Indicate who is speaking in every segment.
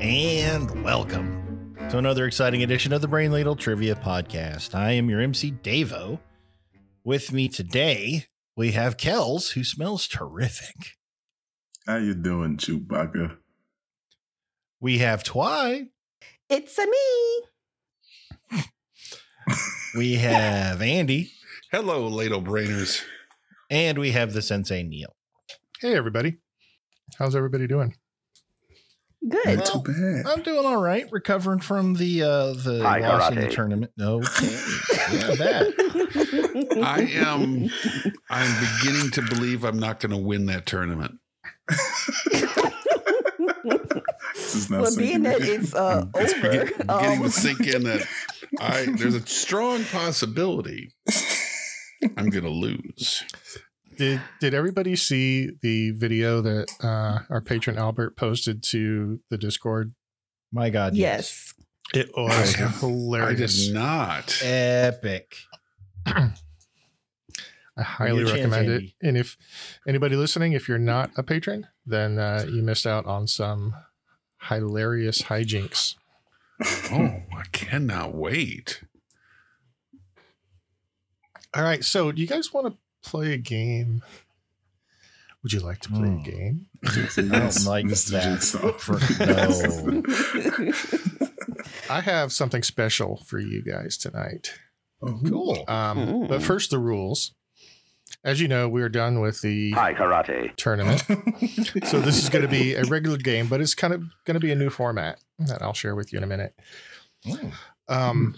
Speaker 1: and welcome to another exciting edition of the Brain Ladle Trivia Podcast. I am your MC Davo. With me today, we have Kells, who smells terrific.
Speaker 2: How you doing, Chewbacca?
Speaker 1: We have Twy.
Speaker 3: It's a me.
Speaker 1: We have Andy,
Speaker 4: Hello, ladle brainers.
Speaker 1: and we have the Sensei Neil.
Speaker 5: Hey, everybody. How's everybody doing?
Speaker 3: Good.
Speaker 2: Not too bad.
Speaker 1: I'm doing all right, recovering from the uh the
Speaker 6: Hi,
Speaker 1: loss in the
Speaker 6: karate.
Speaker 1: tournament. No, yeah, that.
Speaker 4: I am I'm beginning to believe I'm not going to win that tournament.
Speaker 2: This is not
Speaker 3: well, being
Speaker 2: sinking
Speaker 3: that
Speaker 2: in.
Speaker 3: it's uh,
Speaker 4: It's
Speaker 3: over,
Speaker 4: begin-
Speaker 2: Oh.
Speaker 4: beginning
Speaker 3: um,
Speaker 4: to sink in that I there's a strong possibility I'm going to lose.
Speaker 5: Did did everybody see the video that uh, our patron Albert posted to the Discord?
Speaker 1: My God,
Speaker 3: yes.
Speaker 5: It
Speaker 4: was I
Speaker 5: hilarious.
Speaker 4: did not.
Speaker 1: epic.
Speaker 5: I highly
Speaker 1: Your chance,
Speaker 5: recommend
Speaker 1: Andy.
Speaker 5: it. And if anybody listening, if you're not a patron, then uh, you missed out on some hilarious hijinks.
Speaker 4: Oh, I cannot wait.
Speaker 5: All right, so do you guys want to play a game? Would you like to play
Speaker 1: Hmm.
Speaker 5: a game?
Speaker 2: It's a
Speaker 1: I don't like that
Speaker 2: Jigsaw.
Speaker 1: for-
Speaker 5: I have something special for you guys tonight.
Speaker 2: Oh,
Speaker 1: Cool.
Speaker 5: Um,
Speaker 3: Mm.
Speaker 5: But first, the rules. As you know, we're done with the
Speaker 6: Hi, karate.
Speaker 5: tournament. so this is going to be a regular game, but it's kind of going to be a new format that I'll share with you in a minute.
Speaker 1: Mm.
Speaker 5: Um,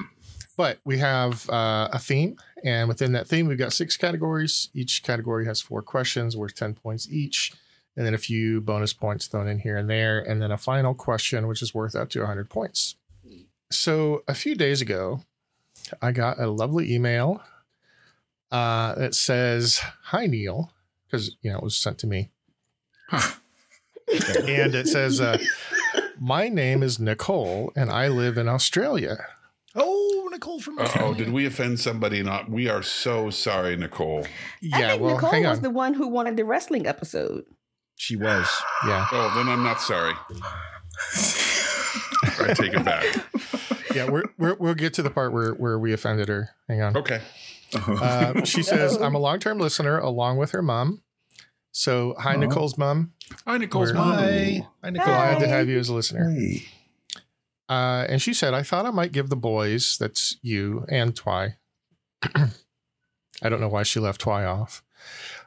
Speaker 5: but we have uh, a theme, and within that theme, we've got six categories. Each category has four questions worth 10 points each, and then a few bonus points thrown in here and there, and then a final question, which is worth up to 100 points. So a few days ago, I got a lovely email uh, that says, Hi, Neil, because, you know, it was sent to me. and it says, uh, My name is Nicole, and I live in Australia.
Speaker 1: Oh, Nicole from
Speaker 4: Oh,
Speaker 1: Australia.
Speaker 4: did we offend somebody? Not. We are so sorry, Nicole.
Speaker 3: I think Nicole was the one who wanted the wrestling episode.
Speaker 1: She was.
Speaker 5: yeah,
Speaker 4: Oh, then I'm not sorry. I take it back.
Speaker 5: yeah. We're, we're, we'll get to the part where, where we offended her. Hang on.
Speaker 4: Okay.
Speaker 5: Uh, she says,
Speaker 3: No.
Speaker 5: "I'm a long-term listener, along with her mom." So, hi,
Speaker 2: Aw.
Speaker 5: Nicole's mom.
Speaker 4: Hi, Nicole's
Speaker 5: We're-
Speaker 4: mom.
Speaker 1: Hi. Hi, Nicole.
Speaker 5: Glad to
Speaker 3: Uh-huh. Hi.
Speaker 5: have you as a listener.
Speaker 2: hey.
Speaker 5: Uh, and she said, "I thought I might give the boys. That's you and Twy. I don't know why she left Twy off."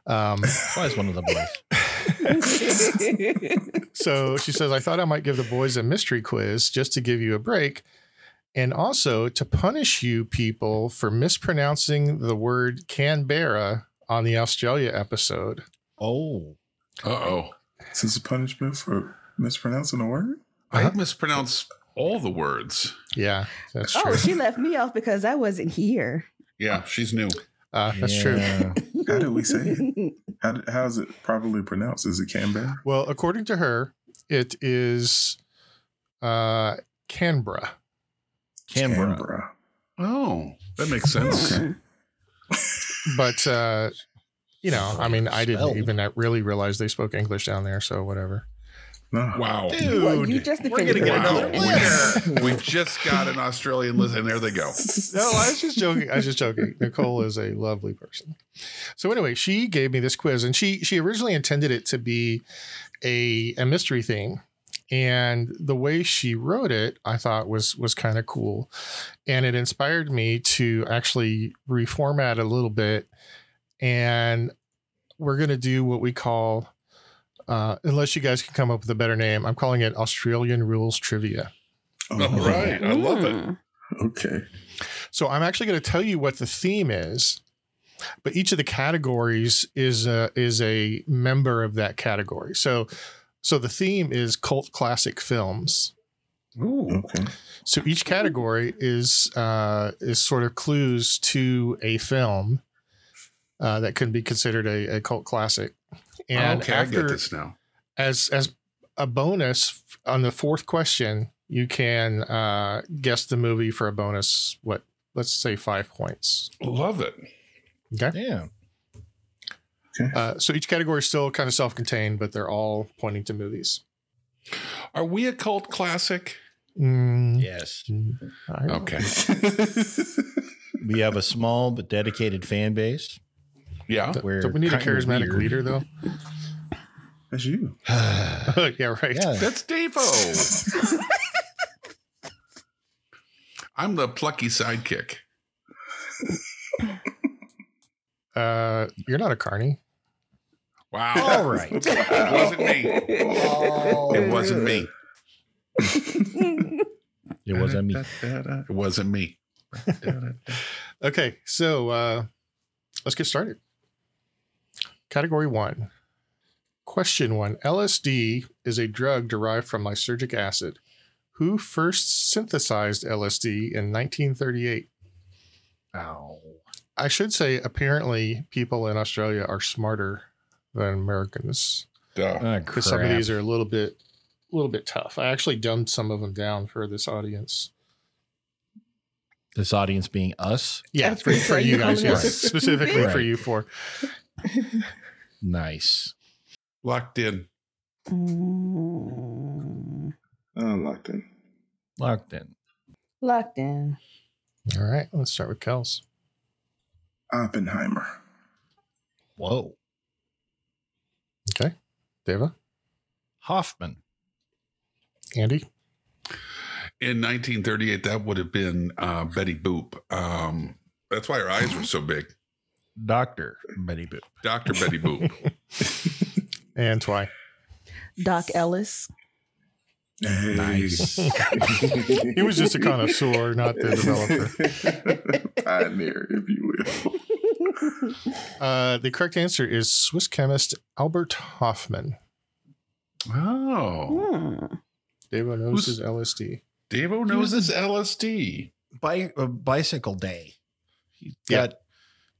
Speaker 5: Um,
Speaker 1: Why is one of the boys?
Speaker 5: So she says, I thought I might give the boys a mystery quiz just to give you a break and also to punish you people for mispronouncing the word Canberra on the Australia episode.
Speaker 1: Oh,
Speaker 4: Uh oh.
Speaker 2: Is this a punishment for mispronouncing a word?
Speaker 4: I mispronounce all the words.
Speaker 5: Yeah, that's true.
Speaker 3: oh, she left me off because I wasn't here.
Speaker 4: Yeah, she's new.
Speaker 5: uh, that's true.
Speaker 1: true.
Speaker 2: How did we say it? How, did, how is it properly pronounced? Is it Canberra?
Speaker 5: Well, according to her, it is uh, Canberra.
Speaker 1: Canberra.
Speaker 4: Oh, that makes sense.
Speaker 2: Okay.
Speaker 5: But, uh, you know, I mean, I didn't
Speaker 1: Spelled.
Speaker 5: even really realize they spoke English down there. So, whatever.
Speaker 2: No.
Speaker 4: Wow.
Speaker 1: Dude,
Speaker 3: Well, you just
Speaker 1: we're gonna
Speaker 3: defended
Speaker 1: get
Speaker 3: her.
Speaker 1: another winner.
Speaker 4: We just got an Australian list, and there they go.
Speaker 5: No, I was just joking. I was just joking. Nicole is a lovely person. So anyway, she gave me this quiz, and she she originally intended it to be a a mystery theme. And the way she wrote it, I thought was was kind of cool, and it inspired me to actually reformat a little bit. And we're gonna do what we call, uh, unless you guys can come up with a better name, I'm calling it Australian Rules Trivia.
Speaker 4: All right. I love it.
Speaker 3: Mm.
Speaker 2: Oh, Okay.
Speaker 5: So I'm actually going to tell you what the theme is, but each of the categories is a, is a member of that category. So so the theme is cult classic films.
Speaker 3: Mm.
Speaker 4: Ooh.
Speaker 2: Okay.
Speaker 5: So each
Speaker 4: Mm-hmm.
Speaker 5: category is uh, is sort of clues to a film uh, that can be considered a, a cult classic. And
Speaker 4: okay, I get
Speaker 5: after
Speaker 4: this now.
Speaker 5: as as a bonus on the fourth question, you can uh, guess the movie for a bonus. What let's say five points.
Speaker 4: Love it.
Speaker 5: Okay.
Speaker 1: Yeah.
Speaker 5: Uh, so each category is still kind of self-contained, but they're all pointing to movies.
Speaker 4: Are we a cult classic?
Speaker 5: Mm,
Speaker 1: Yes.
Speaker 5: I don't-
Speaker 4: Okay.
Speaker 1: We have a small but dedicated fan base.
Speaker 4: Yeah.
Speaker 1: Where
Speaker 5: Don't we need a
Speaker 1: kinda
Speaker 5: charismatic
Speaker 1: weird.
Speaker 5: leader though?
Speaker 2: That's you.
Speaker 5: yeah, right.
Speaker 1: Yeah.
Speaker 4: That's Devo. I'm the plucky sidekick.
Speaker 5: Uh, you're not a carny.
Speaker 4: Wow.
Speaker 1: All right.
Speaker 4: It wasn't me. It
Speaker 1: It
Speaker 4: wasn't me.
Speaker 1: It wasn't me.
Speaker 4: It wasn't me.
Speaker 5: Okay, so uh, let's get started. Category one. Question one LSD is a drug derived from lysergic acid. Who first synthesized LSD in 1938?
Speaker 1: Ow.
Speaker 5: I should say, apparently, people in Australia are smarter than Americans
Speaker 4: Duh.
Speaker 1: Ah,
Speaker 5: because some of
Speaker 1: crap.
Speaker 5: these are a little bit, a little bit tough. I actually dumbed some of them down for this audience.
Speaker 1: This audience being us.
Speaker 5: Yeah,
Speaker 3: That's
Speaker 5: for,
Speaker 3: pretty
Speaker 5: for
Speaker 3: good.
Speaker 5: you
Speaker 3: You
Speaker 5: guys,
Speaker 1: only
Speaker 5: yeah,
Speaker 1: have
Speaker 3: six
Speaker 5: specifically for
Speaker 1: bits.
Speaker 5: you four.
Speaker 1: Nice.
Speaker 4: Locked in.
Speaker 1: Oh.
Speaker 3: Mm.
Speaker 2: I'm locked in.
Speaker 1: Locked in.
Speaker 3: Locked in.
Speaker 5: All right, let's start with Kels.
Speaker 2: Oppenheimer.
Speaker 1: Whoa.
Speaker 5: Okay, Deva,
Speaker 1: Hoffman.
Speaker 5: Andy.
Speaker 4: In 1938, that would have been uh, Betty Boop. Um, that's why her eyes were so big.
Speaker 1: Doctor Betty Boop.
Speaker 4: Dr. Betty Boop.
Speaker 5: and Twy.
Speaker 3: Doc Ellis.
Speaker 2: Hey.
Speaker 1: Nice.
Speaker 5: He was just a connoisseur, not the developer.
Speaker 2: developer. Pioneer, if you will.
Speaker 5: Uh, the correct answer is Swiss chemist Albert Hoffman.
Speaker 4: Oh.
Speaker 3: Hmm.
Speaker 5: Deva knows
Speaker 4: Who's-
Speaker 5: his LSD.
Speaker 4: Devo knows his LSD.
Speaker 1: Bi- uh, bicycle day. He
Speaker 5: Yeah.
Speaker 1: got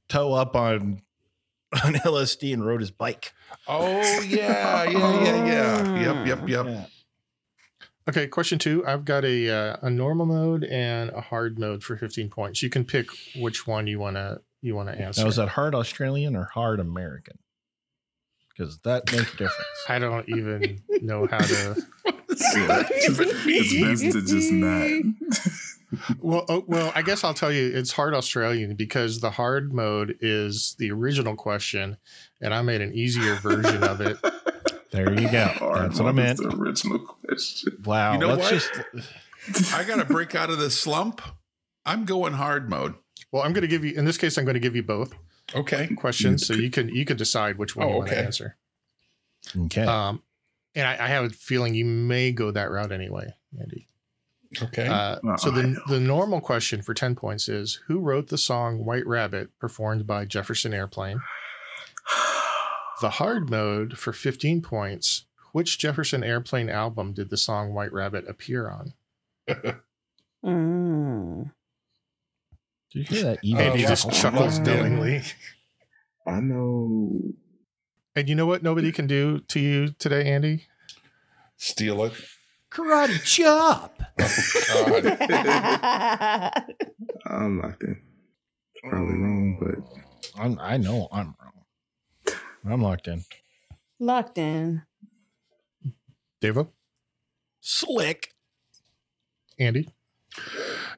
Speaker 1: toe up on on LSD and rode his bike.
Speaker 4: Oh, yeah. Yeah, yeah, yeah. Oh. Yep, yep, yep.
Speaker 1: Yeah.
Speaker 5: Okay, question two. I've got a uh, a normal mode and a hard mode for 15 points. You can pick which one you wanna you wanna answer.
Speaker 1: Now, was that hard Australian or hard American? Because that makes a difference.
Speaker 5: I don't even know how to.
Speaker 2: Yeah. It's best to just not.
Speaker 5: Well, oh, well, I guess I'll tell you. It's hard Australian because the hard mode is the original question, and I made an easier version of it.
Speaker 1: There you go.
Speaker 2: Or
Speaker 1: That's what I
Speaker 2: was
Speaker 1: meant.
Speaker 2: The original question.
Speaker 1: Wow.
Speaker 4: You know
Speaker 1: let's
Speaker 4: what?
Speaker 1: just
Speaker 4: I got to break out of this slump. I'm going hard mode.
Speaker 5: Well, I'm going to give you. In this case, I'm going to give you both.
Speaker 4: Okay.
Speaker 5: questions, so you can you can decide which one
Speaker 4: Oh,
Speaker 5: you want
Speaker 4: okay.
Speaker 5: to answer.
Speaker 1: okay.
Speaker 5: Um, and I, I have a feeling you may go that route anyway, Andy.
Speaker 4: Okay.
Speaker 5: Uh,
Speaker 2: Oh,
Speaker 5: so
Speaker 2: I
Speaker 5: the
Speaker 2: know.
Speaker 5: the normal question for ten points is: Who wrote the song "White Rabbit" performed by Jefferson Airplane? The hard mode for fifteen points. Which Jefferson Airplane album did the song "White Rabbit" appear on?
Speaker 3: Mm.
Speaker 1: Did you hear that?
Speaker 5: Andy
Speaker 1: evil
Speaker 5: just
Speaker 1: chuckle?
Speaker 5: chuckles
Speaker 2: wow.
Speaker 5: knowingly.
Speaker 2: I know.
Speaker 5: And you know what? Nobody can do to you today, Andy.
Speaker 4: Steal it.
Speaker 1: Karate chop.
Speaker 4: God.
Speaker 2: I'm locked in. Probably wrong, but
Speaker 1: I'm, I know I'm wrong. I'm locked in.
Speaker 3: Locked in.
Speaker 5: Devo,
Speaker 1: Slick.
Speaker 5: Andy,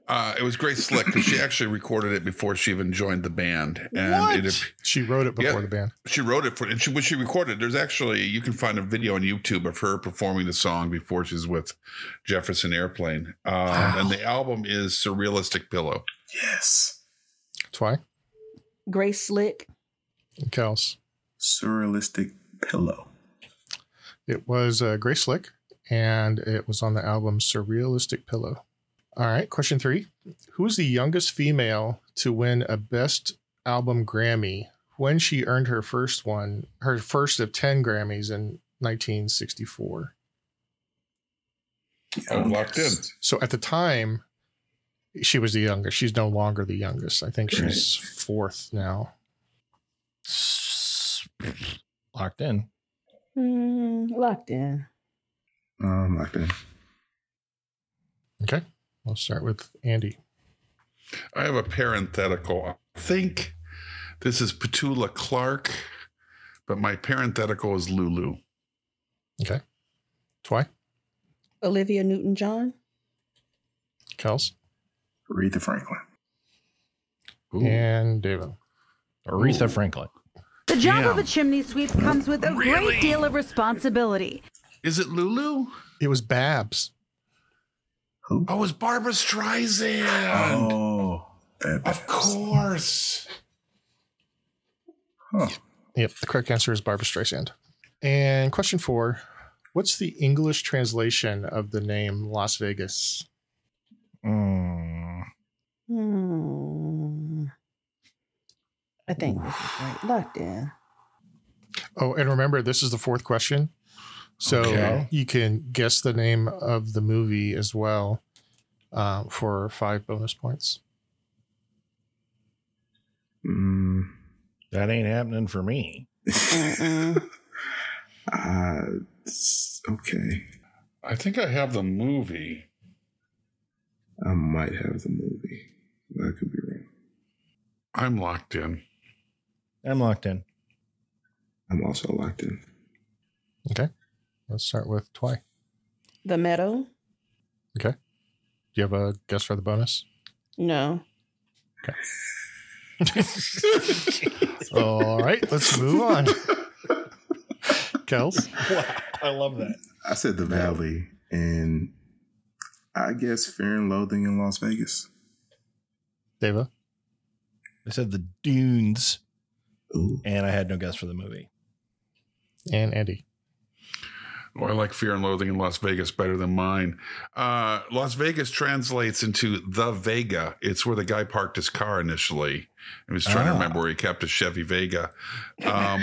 Speaker 4: Uh, it was Grace Slick 'cause she actually recorded it before she even joined the band, and
Speaker 1: What?
Speaker 4: It,
Speaker 5: she wrote it before
Speaker 4: Yeah.
Speaker 5: the band.
Speaker 4: she wrote it for. And she when she recorded, there's actually you can find a video on YouTube of her performing the song before she's with Jefferson Airplane, um, and the album is Surrealistic Pillow.
Speaker 2: yes.
Speaker 5: Twy,
Speaker 3: Grace Slick.
Speaker 5: and Kels.
Speaker 2: Surrealistic pillow.
Speaker 5: It was uh, Grace Slick, and it was on the album Surrealistic Pillow. All right, question three. Who is the youngest female to win a Best Album Grammy when she earned her first one, her first of 10 Grammys in 1964?
Speaker 2: Oh,
Speaker 4: I'm locked in.
Speaker 5: So at the time, she was the youngest. She's no longer the youngest. I think she's fourth now.
Speaker 1: Locked in.
Speaker 3: Mm, locked in.
Speaker 2: I'm locked in.
Speaker 5: Okay, we'll start with Andy.
Speaker 4: I have a parenthetical. I think this is Petula Clark, but my parenthetical is Lulu.
Speaker 5: Twy,
Speaker 3: Olivia Newton John.
Speaker 5: Kels
Speaker 2: Aretha Franklin.
Speaker 1: Ooh.
Speaker 5: and David.
Speaker 1: Aretha
Speaker 4: Ooh.
Speaker 1: Franklin.
Speaker 6: The job
Speaker 4: Yeah.
Speaker 6: of a chimney sweep comes with a
Speaker 4: Really?
Speaker 6: great deal of responsibility.
Speaker 4: Is it Lulu?
Speaker 5: It was Babs.
Speaker 2: Who?
Speaker 4: Oh, it's Barbara Streisand.
Speaker 2: Oh, that,
Speaker 4: Of course.
Speaker 2: Huh.
Speaker 5: Yep, the correct answer is Barbara Streisand. And question four What's the English translation of the name Las Vegas?
Speaker 1: Mm.
Speaker 3: Hmm. I think this is right. Locked in.
Speaker 5: Oh, and remember, this is the fourth question. So
Speaker 4: Okay.
Speaker 5: you can guess the name of the movie as well uh, for five bonus points.
Speaker 2: Mm,
Speaker 1: That ain't happening for me.
Speaker 3: Mm-mm.
Speaker 2: uh, s- okay.
Speaker 4: I think I have the movie.
Speaker 2: I might have the movie. I could be wrong.
Speaker 4: I'm locked in.
Speaker 1: I'm locked in.
Speaker 2: I'm also locked in.
Speaker 5: Okay. Let's start with Twy. Do
Speaker 3: the meadow?
Speaker 5: you have a guess for the bonus?
Speaker 3: No.
Speaker 5: All right, let's move on. Kels?
Speaker 1: Wow, I love that.
Speaker 2: I said the Valley, and I guess Fear and Loathing in Las Vegas.
Speaker 5: Deva?
Speaker 1: I said the dunes,
Speaker 2: Ooh,
Speaker 1: and I had no guess for the movie.
Speaker 5: And Andy.
Speaker 4: Oh, I like Fear and Loathing in Las Vegas better than mine. Uh, Las Vegas translates into the Vega. It's where the guy parked his car initially. I was trying to
Speaker 1: Ah.
Speaker 4: remember where he kept his Chevy Vega. Um,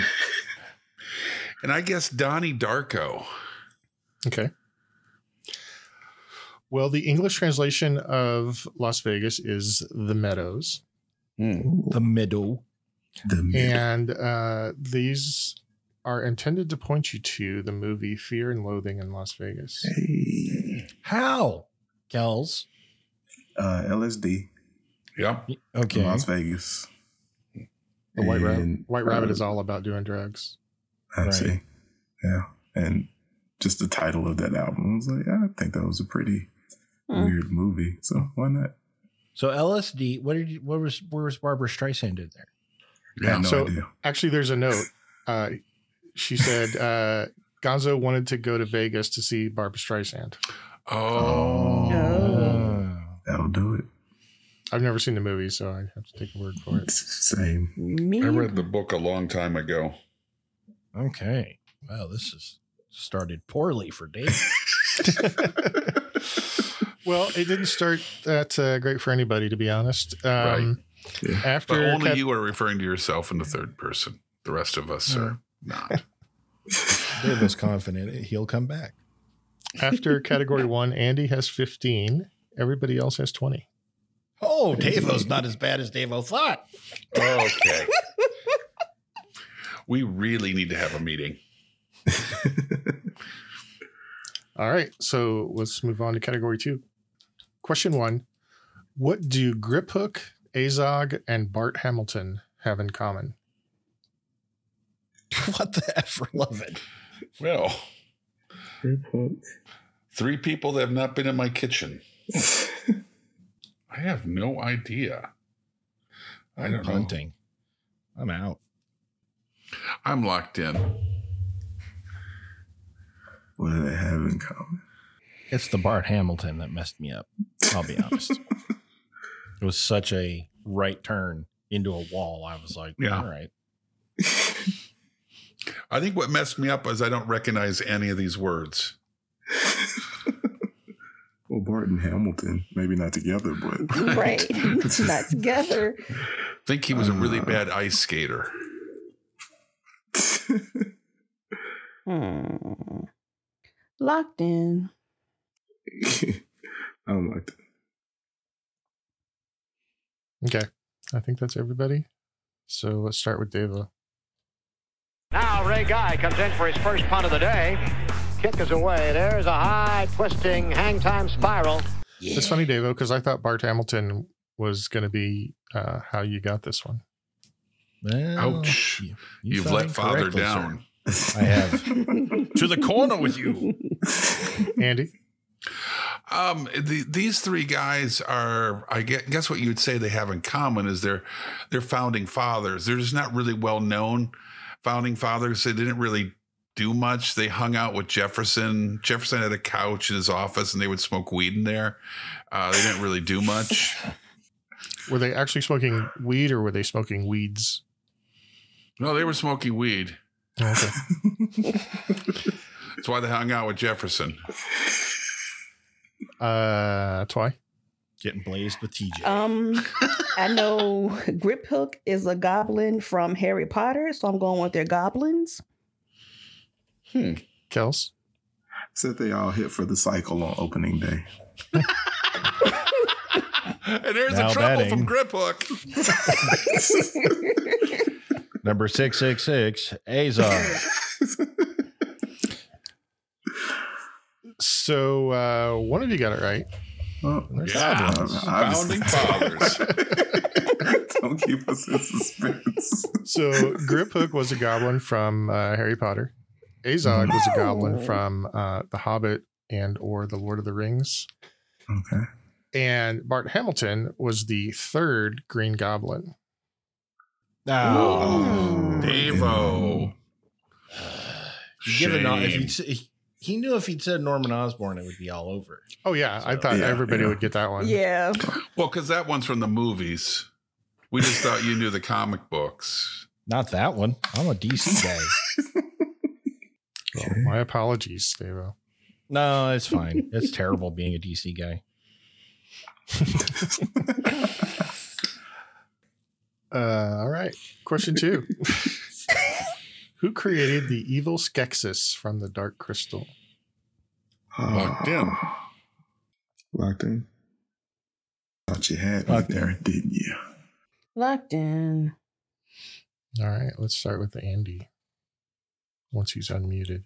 Speaker 4: and I guess Donnie Darko.
Speaker 5: Okay. Well, the English translation of Las Vegas is the Meadows.
Speaker 4: Mm.
Speaker 1: The middle.
Speaker 2: the Middle.
Speaker 5: And uh, these are intended to point you to the movie Fear and Loathing in Las Vegas.
Speaker 2: Hey,
Speaker 1: How? Kells.
Speaker 2: uh, LSD,
Speaker 4: Yep.
Speaker 1: Okay.
Speaker 2: Las Vegas.
Speaker 5: The White Rabbit.
Speaker 2: And,
Speaker 5: White Rabbit
Speaker 2: uh,
Speaker 5: is all about doing drugs.
Speaker 2: I
Speaker 1: Right.
Speaker 2: see. Yeah. And just the title of that album. I was like, I think that was a pretty
Speaker 3: Hmm.
Speaker 2: weird movie. So why not?
Speaker 1: So LSD. What did you? What was? Where was Barbara Streisand in there?
Speaker 2: I had no
Speaker 5: So-
Speaker 2: idea.
Speaker 5: Actually, there's a note. Uh, she said uh, Gonzo wanted to go to Vegas to see Barbara Streisand.
Speaker 4: Oh.
Speaker 1: Oh.
Speaker 2: That'll do it.
Speaker 5: I've never seen the movie, so I have to take a word for it.
Speaker 2: Same.
Speaker 3: Me?
Speaker 4: I read the book a long time ago.
Speaker 1: Oh, Okay. Wow, this is started poorly for David.
Speaker 5: well, it didn't start that uh, great for anybody, to be honest. Um,
Speaker 2: Yeah.
Speaker 5: After
Speaker 4: But only
Speaker 5: Kath-
Speaker 4: you are referring to yourself in the third person. The rest of us are not.
Speaker 1: Dave was confident he'll come back.
Speaker 5: after category one, Andy has 15. Everybody else has 20.
Speaker 1: Oh, Davo's not as bad as Davo thought.
Speaker 4: Okay. we really need to have a meeting.
Speaker 5: All right, so let's move on to category two. Question one What do Grip Hook, Azog, and Bart Hamilton have in common?
Speaker 1: What the ever love it.
Speaker 4: Well, three people that have not been in my kitchen. I have no idea. I don't know.
Speaker 1: Hunting. I'm out.
Speaker 4: I'm locked in.
Speaker 2: what do they have in common?
Speaker 1: It's the Bart Hamilton that messed me up. I'll be honest. it was such a right turn into a wall. I was like,
Speaker 4: Yeah.
Speaker 1: all right.
Speaker 4: I think what messed me up is I don't recognize any of these words.
Speaker 2: Well, Bart and Hamilton, maybe not together, but
Speaker 3: Right. not together.
Speaker 4: think he was a really
Speaker 2: Uh.
Speaker 4: bad ice skater.
Speaker 3: Hmm. Locked in.
Speaker 2: I'm like,
Speaker 5: Okay, I think that's everybody. So let's start with Deva.
Speaker 7: Now Ray Guy comes in for his first punt of the day. Kick is away. There's a high twisting hang time spiral.
Speaker 5: It's funny, Deva, because I thought Bart Hamilton was going to be uh, how you got this one.
Speaker 1: Well,
Speaker 4: Ouch.
Speaker 1: you-
Speaker 4: You have
Speaker 1: thought
Speaker 4: let father
Speaker 1: incorrectly,
Speaker 4: down.
Speaker 1: sir. I have. to the corner with you.
Speaker 5: Andy?
Speaker 4: Um, the, these three guys are, I guess, guess what you would say they have in common is they're, they're founding fathers. They're just not really well known founding fathers. They didn't really do much. They hung out with Jefferson. Jefferson had a couch in his office and they would smoke weed in there. Uh, they didn't really do much.
Speaker 5: Were they actually smoking weed or were they smoking weeds?
Speaker 4: No, they were smoking weed.
Speaker 5: Okay.
Speaker 4: That's why they hung out with Jefferson.
Speaker 5: Uh, Twy.
Speaker 1: Getting blazed with TJ.
Speaker 3: Um, I know Grip Hook is a goblin from Harry Potter, so I'm going with their goblins.
Speaker 5: Kels.
Speaker 2: Said they all hit for the cycle on opening day.
Speaker 4: And there's
Speaker 1: Now
Speaker 4: the trouble
Speaker 1: batting.
Speaker 4: from Grip Hook.
Speaker 1: Number 666, Azar.
Speaker 5: So uh, one of you got it right.
Speaker 2: Well,
Speaker 5: There's
Speaker 4: Yeah.
Speaker 2: um, obviously-
Speaker 4: Founding fathers.
Speaker 2: Don't keep us in suspense.
Speaker 5: So Grip Hook was a goblin from uh, Harry Potter. Azog was a goblin from uh, The Hobbit and or The Lord of the Rings.
Speaker 2: Okay.
Speaker 5: And Bart Hamilton was the third Green Goblin.
Speaker 2: Oh,
Speaker 4: Devo.
Speaker 1: Ah. Given all, if
Speaker 4: Shame.
Speaker 1: he'd, s- he knew if he'd said Norman Osborn, it would be all over.
Speaker 5: Oh yeah, I
Speaker 1: So-
Speaker 5: thought
Speaker 2: Yeah,
Speaker 5: everybody
Speaker 2: yeah.
Speaker 5: would get that one.
Speaker 3: yeah.
Speaker 4: Well, because that one's from the movies. We just thought you knew the comic books.
Speaker 1: Not that one. I'm a DC guy.
Speaker 5: Well, my apologies, Stavo.
Speaker 1: no, it's fine. It's terrible being a DC guy.
Speaker 5: Uh, all right. Question two. Who created the evil Skeksis from the Dark Crystal?
Speaker 4: Locked in.
Speaker 2: Oh. Locked in. Thought you had
Speaker 1: Locked
Speaker 2: me there, didn't you?
Speaker 3: Locked in.
Speaker 5: All right, let's start with Andy. Once he's unmuted.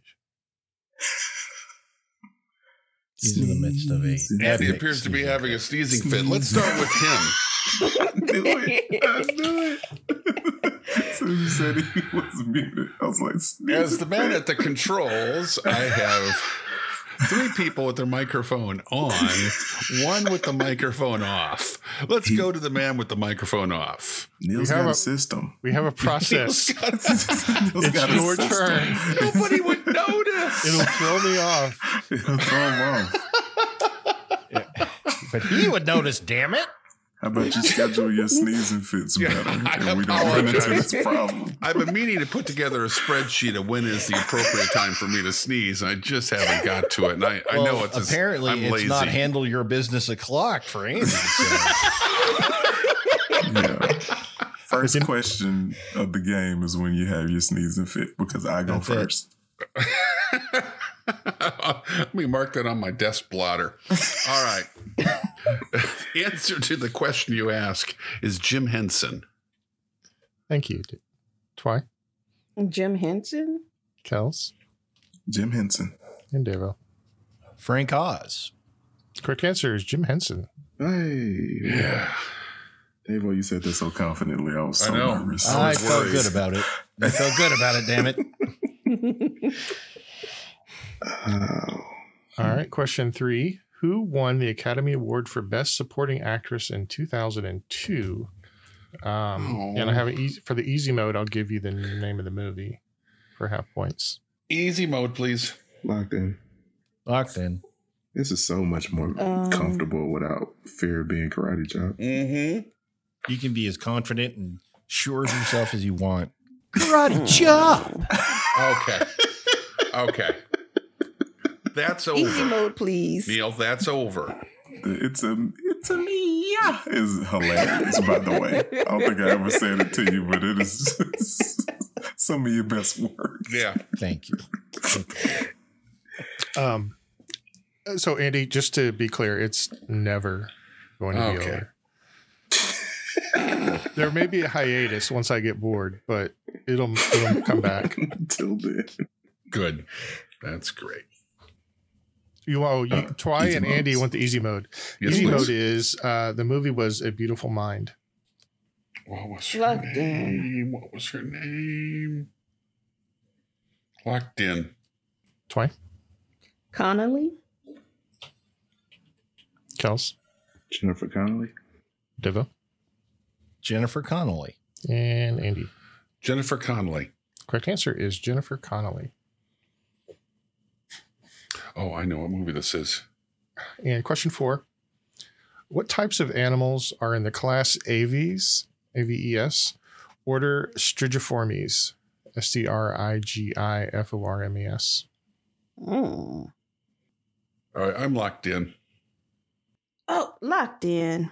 Speaker 1: He's in the midst of a-
Speaker 4: And he
Speaker 1: Epic
Speaker 4: appears to be
Speaker 1: sneeze.
Speaker 4: having a sneezing fit. Let's start with him.
Speaker 2: I knew it. I knew it. As soon as you said he was muted, I was like,
Speaker 4: As the man at the controls, I have three people with their microphone on, one with the microphone off. Let's go to the man with the microphone off.
Speaker 2: Neil's
Speaker 5: We have
Speaker 2: got a,
Speaker 5: a-
Speaker 2: system.
Speaker 5: We have a process.
Speaker 2: Neil's
Speaker 5: it's
Speaker 2: got a
Speaker 5: your
Speaker 2: system.
Speaker 5: turn.
Speaker 4: Nobody would notice.
Speaker 5: It'll throw me off.
Speaker 2: It'll throw him off.
Speaker 1: But he would notice, damn it.
Speaker 2: How about you schedule your sneezing fits
Speaker 4: Yeah,
Speaker 2: better,
Speaker 4: I
Speaker 2: and we don't run into
Speaker 4: apologize.
Speaker 2: this problem.
Speaker 4: I've been meaning to put together a spreadsheet of when is the appropriate time for me to sneeze, and I just haven't got to it. And I, I know
Speaker 1: Well,
Speaker 4: it's
Speaker 1: apparently
Speaker 4: I'm
Speaker 1: it's
Speaker 4: lazy.
Speaker 1: not handle your business o'clock for Andy. So.
Speaker 2: Yeah. First
Speaker 5: Again.
Speaker 2: question of the game is when you have your sneezing fit because I go
Speaker 1: That's it.
Speaker 2: first.
Speaker 4: Let me mark that on my desk blotter. All right. the answer to the question you ask is Jim Henson.
Speaker 5: Thank you. D- Twy,
Speaker 3: Jim Henson?
Speaker 5: Kels,
Speaker 2: Jim Henson.
Speaker 5: and Devo.
Speaker 1: Frank Oz.
Speaker 5: Correct answer is Jim Henson.
Speaker 2: Hey,
Speaker 4: Yeah.
Speaker 2: Davo, you said that so confidently. I was
Speaker 4: I
Speaker 2: so
Speaker 4: know.
Speaker 2: nervous.
Speaker 4: I
Speaker 1: I
Speaker 4: was
Speaker 1: felt
Speaker 4: worried.
Speaker 1: good about it. I felt good about it, damn it.
Speaker 2: Oh.
Speaker 5: All right, question three. Who won the Academy Award for Best Supporting Actress in 2002? Um, and I have an easy, for the easy mode, I'll give you the name of the movie for half points.
Speaker 4: Easy mode, please.
Speaker 2: Locked in.
Speaker 1: Locked in.
Speaker 2: This is so much more
Speaker 3: Um.
Speaker 2: comfortable without fear of being karate chopped.
Speaker 4: Mm-hmm.
Speaker 1: You can be as confident and sure of yourself as you want.
Speaker 4: Okay. Okay. That's over.
Speaker 3: Easy mode, please.
Speaker 4: Neil, that's over.
Speaker 2: It's a it's a me is hilarious. by the way, I don't think I ever said it to you, but it is just some of your best work.
Speaker 4: Yeah.
Speaker 1: Thank you.
Speaker 5: Um, so, Andy, just to be clear, it's never going to be
Speaker 4: Okay.
Speaker 5: over. there may be a hiatus once I get bored, but it'll, it'll come back.
Speaker 2: Until then,
Speaker 4: Good. That's great.
Speaker 5: You oh, you,
Speaker 2: Uh,
Speaker 5: Twy
Speaker 2: easy
Speaker 5: and Andy
Speaker 2: modes.
Speaker 5: want the easy mode.
Speaker 4: Yes,
Speaker 5: easy
Speaker 4: please.
Speaker 5: mode is uh, the movie was A Beautiful Mind.
Speaker 4: What was her
Speaker 3: Locked in.
Speaker 4: name? What was her name? Locked in.
Speaker 5: Twy,
Speaker 3: Connolly?
Speaker 5: Kels,
Speaker 2: Jennifer Connelly.
Speaker 5: Devo,
Speaker 1: Jennifer Connolly.
Speaker 5: and Andy.
Speaker 4: Jennifer Connelly.
Speaker 5: Correct answer is Jennifer Connolly.
Speaker 4: Oh, I know what movie this is.
Speaker 5: And question four What types of animals are in the class Aves, AVES, order Strigiformes, S T R I G I F O R M E S?
Speaker 3: Mm.
Speaker 4: All right, I'm locked in.
Speaker 3: Oh, locked in.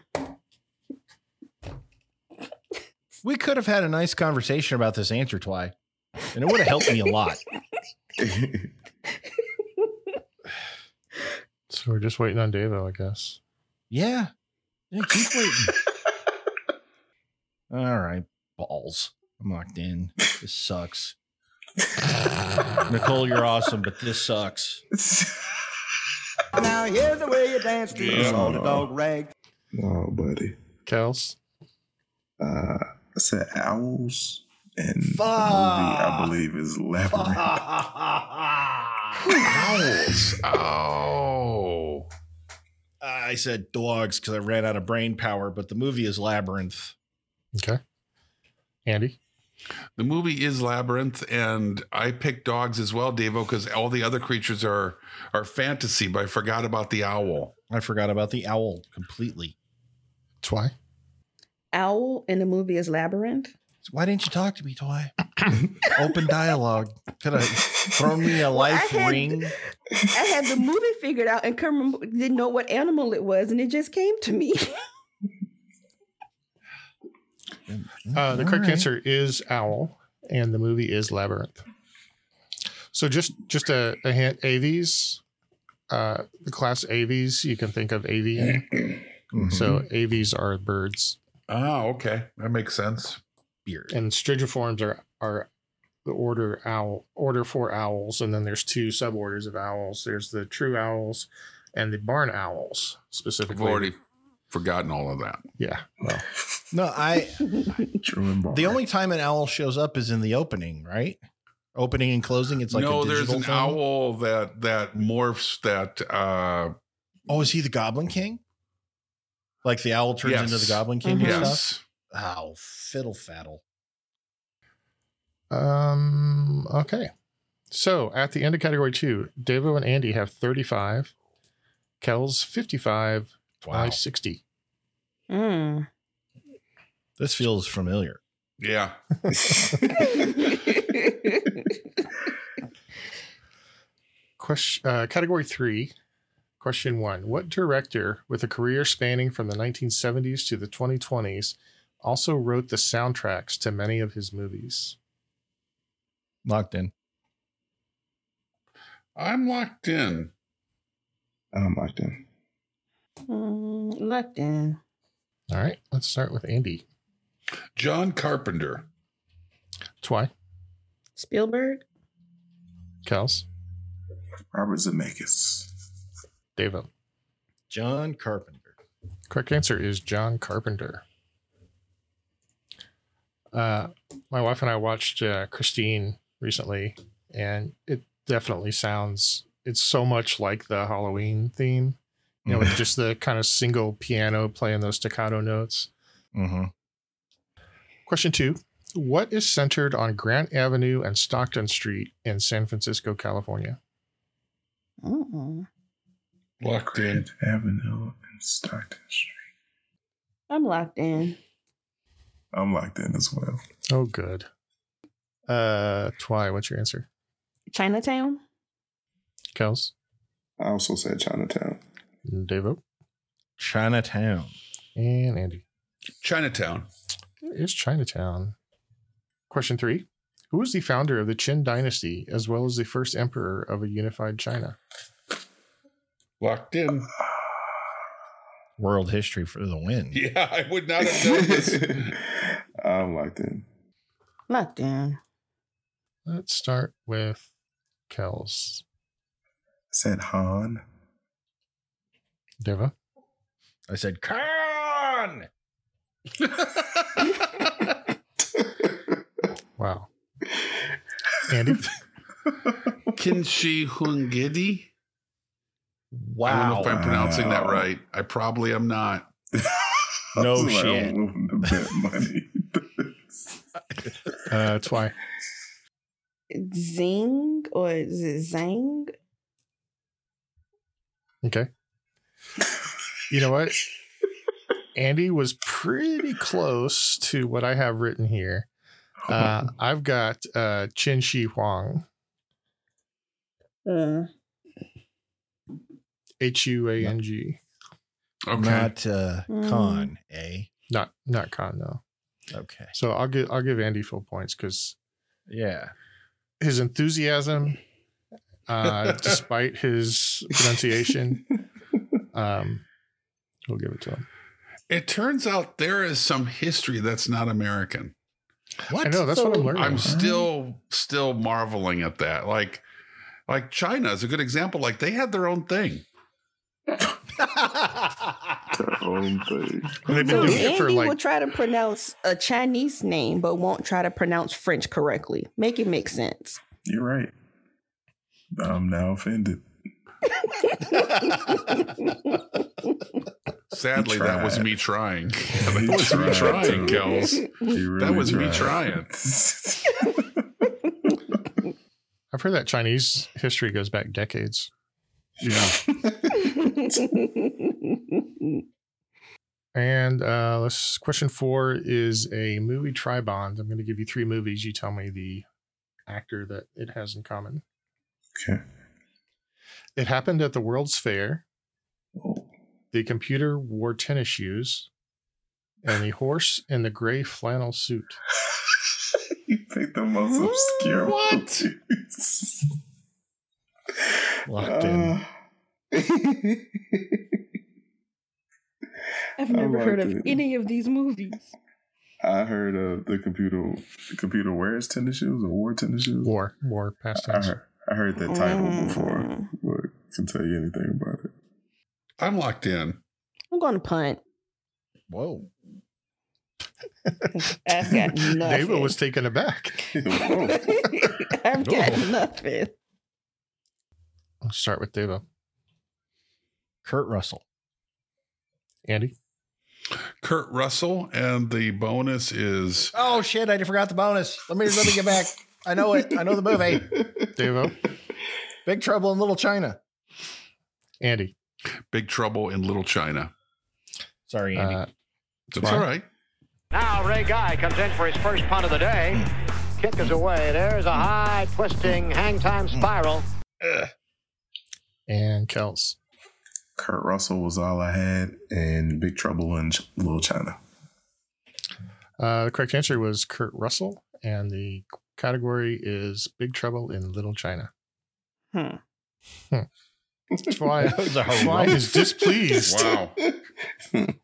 Speaker 1: We could have had a nice conversation about this answer, Twy, and it would have helped me a lot.
Speaker 5: So we're just waiting on Devo, I guess.
Speaker 1: Yeah. Yeah, keep waiting. All right, balls. I'm locked in. This sucks. Nicole, you're awesome, but this sucks.
Speaker 8: Now here's the way you dance to
Speaker 4: Yeah.
Speaker 8: the salty dog rag.
Speaker 2: oh, buddy.
Speaker 5: Kels,
Speaker 2: Uh, I said owls, and the movie
Speaker 1: Fuck.
Speaker 2: I believe is Labyrinth.
Speaker 1: I
Speaker 4: Owls. Oh.
Speaker 1: said dogs because I ran out of brain power, but the movie is Labyrinth.
Speaker 5: okay. Andy,
Speaker 4: The movie is Labyrinth, and I picked dogs as well, Davo, because all the other creatures are are fantasy, but I forgot about the owl.
Speaker 1: I forgot about the owl completely.
Speaker 5: Twy,
Speaker 3: Owl in the movie is Labyrinth.
Speaker 1: So why didn't you talk to me, Twy? Open dialogue. Could have thrown me a life
Speaker 3: had-
Speaker 1: ring.
Speaker 3: I had the movie figured out and couldn't remember, didn't know what animal it was, and it just came to me.
Speaker 5: Uh, the correct
Speaker 1: All right.
Speaker 5: answer is owl, and the movie is labyrinth. So just just a, a hint, aves, uh, the class aves. You can think of avian.
Speaker 2: Mm-hmm.
Speaker 1: Mhm.
Speaker 5: So aves are birds,
Speaker 4: Ah, okay. That makes sense.
Speaker 1: beard.
Speaker 5: and strigiforms are are the order owl order for owls, and then there's two suborders of owls. There's the true owls and the barn owls
Speaker 4: I've
Speaker 5: specifically.
Speaker 4: already forgotten all of that.
Speaker 5: Yeah. Well,
Speaker 1: No, I.
Speaker 2: True and Barr.
Speaker 1: The only time an owl shows up is in the opening, right? Opening and closing. It's like
Speaker 4: no,
Speaker 1: a
Speaker 4: there's
Speaker 1: digital
Speaker 4: an
Speaker 1: thing.
Speaker 4: owl that that morphs that uh
Speaker 1: Oh, is he the Goblin King? Like the owl turns
Speaker 4: Yes.
Speaker 1: into the Goblin King and stuff.
Speaker 4: yes.
Speaker 1: Oh, fiddle faddle.
Speaker 5: Um. Okay. So at the end of category two, Devo and Andy have 35, Kells 55,
Speaker 1: Wow,
Speaker 5: I 60.
Speaker 3: Mm.
Speaker 1: this feels familiar.
Speaker 4: Yeah.
Speaker 5: Question uh, category three, question one: What director, with a career spanning from the 1970s to the 2020s, also wrote the soundtracks to many of his movies?
Speaker 1: Locked in.
Speaker 4: I'm locked in.
Speaker 2: I'm locked in.
Speaker 3: Mm, locked in.
Speaker 5: All right, let's start with Andy.
Speaker 4: John Carpenter.
Speaker 5: Twy,
Speaker 3: Spielberg,
Speaker 5: Kells,
Speaker 2: Robert Zemeckis.
Speaker 5: Devo.
Speaker 1: John Carpenter.
Speaker 5: Correct answer is John Carpenter. Uh, my wife and I watched uh, Christine recently, and it definitely sounds. It's so much like the Halloween theme, you know, with just the kind of single piano playing those staccato notes.
Speaker 1: Mm-hmm.
Speaker 5: Question two: What is centered on Grant Avenue and Stockton Street in San Francisco, California?
Speaker 3: Mm-mm.
Speaker 4: Locked in.
Speaker 2: Grant Avenue and Stockton Street.
Speaker 3: I'm locked in.
Speaker 2: I'm locked in as well.
Speaker 5: Oh, good. Uh, Twy, what's your answer?
Speaker 3: Chinatown,
Speaker 5: Kels,
Speaker 2: I also said Chinatown.
Speaker 5: Devo,
Speaker 1: Chinatown.
Speaker 5: and Andy.
Speaker 4: Chinatown.
Speaker 5: It is Chinatown. Question three Who was the founder of the Qin dynasty as well as the first emperor of a unified China?
Speaker 4: Locked in.
Speaker 1: World history for the win.
Speaker 4: Yeah, I would not have known this.
Speaker 2: I'm locked in.
Speaker 3: locked in.
Speaker 5: Let's start with Kells.
Speaker 2: said Han.
Speaker 5: Deva,
Speaker 1: I said, Khan.
Speaker 5: wow. Andy,
Speaker 4: Kinshi Hungidi. I don't know
Speaker 1: Wow.
Speaker 4: if I'm pronouncing that
Speaker 2: Wow.
Speaker 4: right. I probably am not.
Speaker 1: No
Speaker 2: I was like,
Speaker 1: shit.
Speaker 2: I want to bet money.
Speaker 5: Uh, that's why.
Speaker 3: Zing or is it Zang?
Speaker 5: Okay. You know what? Andy was pretty close to what I have written here. Uh, I've got uh, Qin Shi Huang,
Speaker 3: Mm.
Speaker 5: H U A N G.
Speaker 4: Okay.
Speaker 1: Not uh,
Speaker 3: Mm.
Speaker 1: con, eh?
Speaker 5: Not not Khan though.
Speaker 1: Okay.
Speaker 5: So I'll give I'll give Andy full points because
Speaker 1: Yeah.
Speaker 5: his enthusiasm, uh, despite his pronunciation, um, we'll give it to him.
Speaker 4: it turns out there is some history that's not American.
Speaker 1: What?
Speaker 5: I know that's what I'm
Speaker 3: So-
Speaker 5: learning.
Speaker 4: I'm still still marveling at that. Like like China is a good example. Like they had their own thing.
Speaker 2: Their own thing.
Speaker 5: And they've been
Speaker 3: So
Speaker 5: doing
Speaker 3: Andy
Speaker 5: it for
Speaker 3: will
Speaker 5: like
Speaker 3: try to pronounce a Chinese name, but won't try to pronounce French correctly. Make it make sense.
Speaker 2: You're right. I'm now offended.
Speaker 4: Sadly,
Speaker 2: You
Speaker 4: that was
Speaker 2: tried.
Speaker 4: me
Speaker 2: You
Speaker 4: trying. that was me
Speaker 2: tried
Speaker 4: trying,
Speaker 2: to.
Speaker 4: Kels.
Speaker 2: You
Speaker 4: That
Speaker 2: really
Speaker 4: was me
Speaker 2: tried.
Speaker 4: trying.
Speaker 5: I've heard that Chinese history goes back decades.
Speaker 4: Yeah.
Speaker 5: And uh, let's question four is a movie tribond. I'm going to give you three movies. You tell me the actor that it has in common.
Speaker 2: okay.
Speaker 5: It happened at the World's Fair.
Speaker 2: Well,
Speaker 5: The computer wore tennis shoes, and the horse in the gray flannel suit.
Speaker 2: you picked the most obscure
Speaker 4: What?
Speaker 2: ones.
Speaker 1: Locked in.
Speaker 2: Uh,
Speaker 3: I've
Speaker 2: I
Speaker 3: never heard
Speaker 2: like
Speaker 3: of
Speaker 2: it.
Speaker 3: any of these movies.
Speaker 2: I heard of the computer. The computer wears tennis shoes or wore tennis shoes.
Speaker 5: War, war, past
Speaker 1: Uh-huh.
Speaker 2: I
Speaker 5: tense.
Speaker 2: heard, I heard that title before,
Speaker 3: Mm.
Speaker 2: but can tell you anything about it.
Speaker 4: I'm locked in.
Speaker 3: I'm going to punt.
Speaker 1: Whoa.
Speaker 3: I've got nothing.
Speaker 5: David was taken aback.
Speaker 2: Whoa.
Speaker 3: I've got nothing.
Speaker 5: I'll start with David.
Speaker 1: Kurt Russell.
Speaker 5: Andy.
Speaker 4: Kurt Russell, and the bonus is
Speaker 1: Oh shit! I forgot the bonus. Let me let me get back. I know it. I know the movie.
Speaker 5: Devo.
Speaker 1: Big Trouble in Little China.
Speaker 5: Andy.
Speaker 4: Big Trouble in Little China.
Speaker 1: Sorry, Andy.
Speaker 5: Uh,
Speaker 4: That's all right.
Speaker 7: Now Ray Guy comes in for his first punt of the day. Kick is away. There's a high twisting hang time spiral.
Speaker 5: and Kels.
Speaker 2: Kurt Russell was all I had, and Big Trouble in Ch- Little China.
Speaker 5: Uh, the correct answer was Kurt Russell, and the category is Big Trouble in Little China.
Speaker 3: Hmm.
Speaker 5: Hmm. That's why,
Speaker 1: That was a
Speaker 5: that's why he's displeased.
Speaker 4: Wow.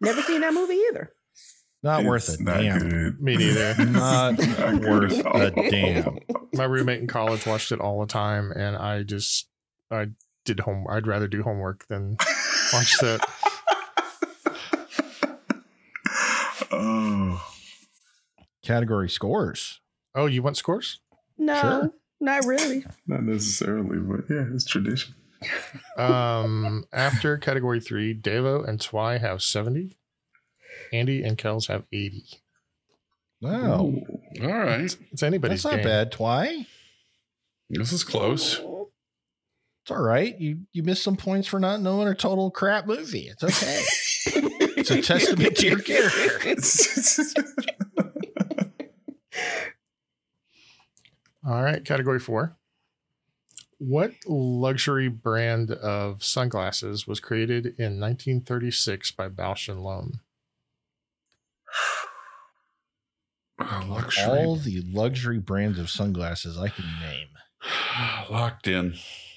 Speaker 3: Never seen that movie either.
Speaker 1: not
Speaker 2: It's
Speaker 1: worth it.
Speaker 2: Not
Speaker 1: Damn.
Speaker 2: good.
Speaker 5: Me neither.
Speaker 1: Not
Speaker 2: It's not good
Speaker 1: worth
Speaker 2: at all.
Speaker 1: a damn.
Speaker 5: My roommate in college watched it all the time, and I just I did home. I'd rather do homework than watch that.
Speaker 2: Oh,
Speaker 1: Category scores.
Speaker 5: Oh, you want scores?
Speaker 3: No,
Speaker 1: Sure.
Speaker 3: not really.
Speaker 2: not necessarily, but yeah, it's tradition.
Speaker 5: Um, after category three, Devo and Twy have seventy. Andy and Kels have eighty.
Speaker 1: Wow,
Speaker 4: All right.
Speaker 5: It's anybody's
Speaker 1: that's not
Speaker 5: game.
Speaker 1: bad. Twy.
Speaker 4: This is close.
Speaker 1: It's all right. You you missed some points for not knowing a total crap movie. It's okay. it's a testament to your character.
Speaker 5: All right, category four. What luxury brand of sunglasses was created in 1936 by Bausch and Lomb?
Speaker 4: Oh, luxury.
Speaker 1: All the luxury brands of sunglasses I can name.
Speaker 4: Locked in.